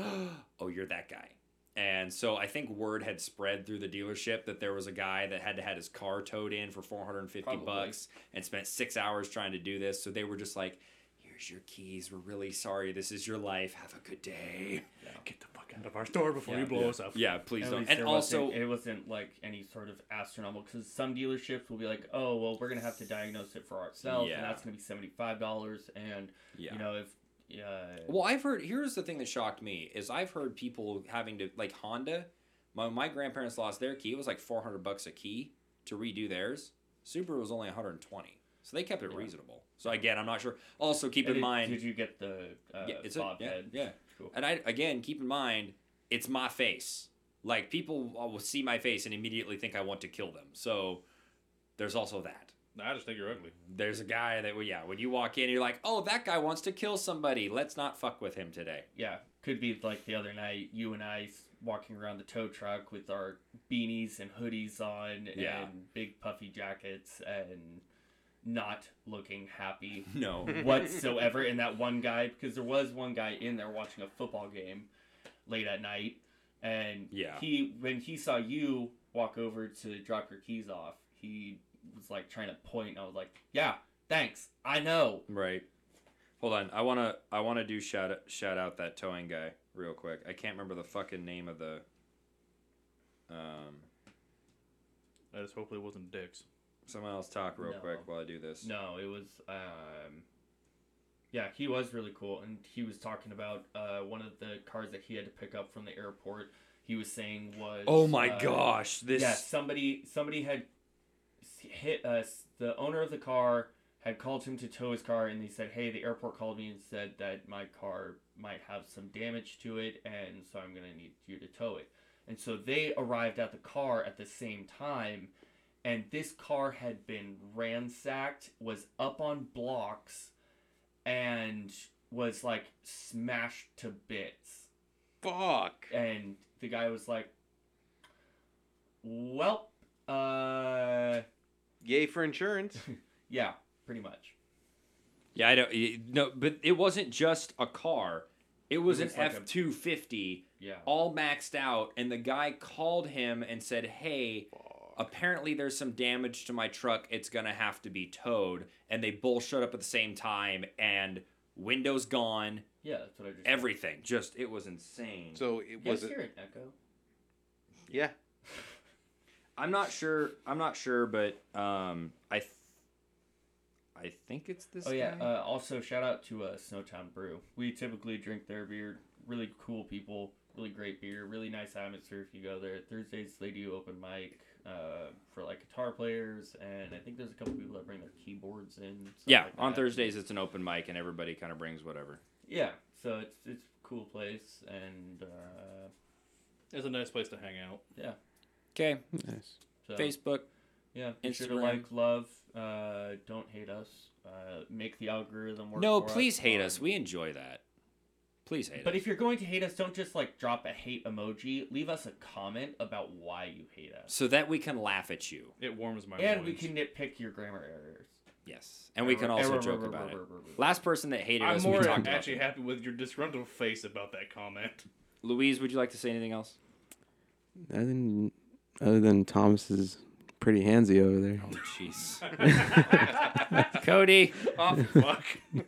Oh, you're that guy. And so I think word had spread through the dealership that there was a guy that had to had his car towed in for 450
Probably.
bucks and spent six hours trying to do this. So they were just like, You're here's your keys. We're really sorry. This is your life. Have a good day.
Get the fuck out of our store before
Yeah.
you blow us up.
Yeah, please
At
don't.
least eh,
And
there
also,
wasn't, it wasn't like any sort of astronomical because some dealerships will be like, oh well, we're gonna have to diagnose it for ourselves,
Yeah.
and that's gonna be seventy five dollars, and
yeah.
you know if uh,
Well, I've heard. Here's the thing that shocked me is I've heard people having to like Honda. My my grandparents lost their key. It was like 400 bucks a key to redo theirs. Subaru was only 120, so they kept it reasonable. So again, I'm not sure. Also, keep
and
in
did-
mind,
did you get the uh,
yeah, it's a,
bob
yeah,
head?
yeah.
Cool.
And I again keep in mind, it's my face. Like people will see my face and immediately think I want to kill them. So there's also that.
No, I just think you're ugly.
There's a guy that well, yeah, when you walk in, you're like, oh, that guy wants to kill somebody. Let's not fuck with him today. <laughs>
yeah, could be like the other night, you and I s- walking around the tow truck with our beanies and hoodies on
Yeah.
and big puffy jackets and not looking happy <laughs>
No.
whatsoever. and that one guy, because there was one guy in there watching a football game late at night, and
Yeah.
he when he saw you walk over to drop your keys off, he was like trying to point. And I was like, yeah, thanks, I know.
Right. Hold on. I wanna I wanna do shout shout out that towing guy real quick. I can't remember the fucking name of the um
I just hopefully it wasn't dicks.
someone else talk real
No.
quick while I do this.
No, it was um yeah, he was really cool and he was talking about uh one of the cars that he had to pick up from the airport. He was saying was
Oh my
uh,
gosh. This
Yeah, somebody somebody had s- hit us the owner of the car had called him to tow his car and he said, "Hey, the airport called me and said that my car might have some damage to it and so I'm going to need you to tow it." And so they arrived at the car at the same time and this car had been ransacked, was up on blocks, and was like smashed to bits.
Fuck.
And the guy was like, "Well, uh,
Yay for insurance.
<laughs> yeah, pretty much."
Yeah, I don't y- no, but it wasn't just a car. It was,
It was
an
like a-
F two fifty,
Yeah,
all maxed out, and the guy called him and said, Hey, apparently there's some damage to my truck, it's gonna have to be towed. And they both showed up at the same time and windows gone,
yeah, that's what I just.
everything. Just it was insane.
So it
You guys
was it.
hear an echo?
Yeah.
I'm not sure. I'm not sure, but um, I, th- I think it's this.
Oh yeah.
guy.
Uh, also, shout out to uh, Snowtown Brew. We typically drink their beer. Really cool people. Really great beer. Really nice atmosphere if you go there. Thursdays they do open mic uh, for like guitar players, and I think there's a couple people that bring their keyboards in. stuff
yeah.
like
On
that.
Thursdays, it's an open mic, and everybody kind of brings whatever.
Yeah. So it's it's a cool place, and uh,
It's a nice place to hang out.
Okay.
Nice.
so,
Facebook.
yeah. Be sure to
Instagram.
like, love, uh, don't hate us. Uh, make the algorithm work.
No,
for
please hate
Um,
us. We enjoy that. Please hate
But
us.
if you're going to hate us, don't just like drop a hate emoji. Leave us a comment about why you hate us.
so that we can laugh at you.
It warms my
And we
loins.
can nitpick your grammar errors.
Yes, and we can also
Error,
joke
error,
about it.
error, error, error.
Last person that hated
I'm
us,
more
we talked about.
actually
them.
happy with your disgruntled face about that comment.
Louise, would you like to say anything else?
Other than, other than Thomas is Oh, pretty handsy over there.
Oh, jeez. Cody,
Oh, fuck.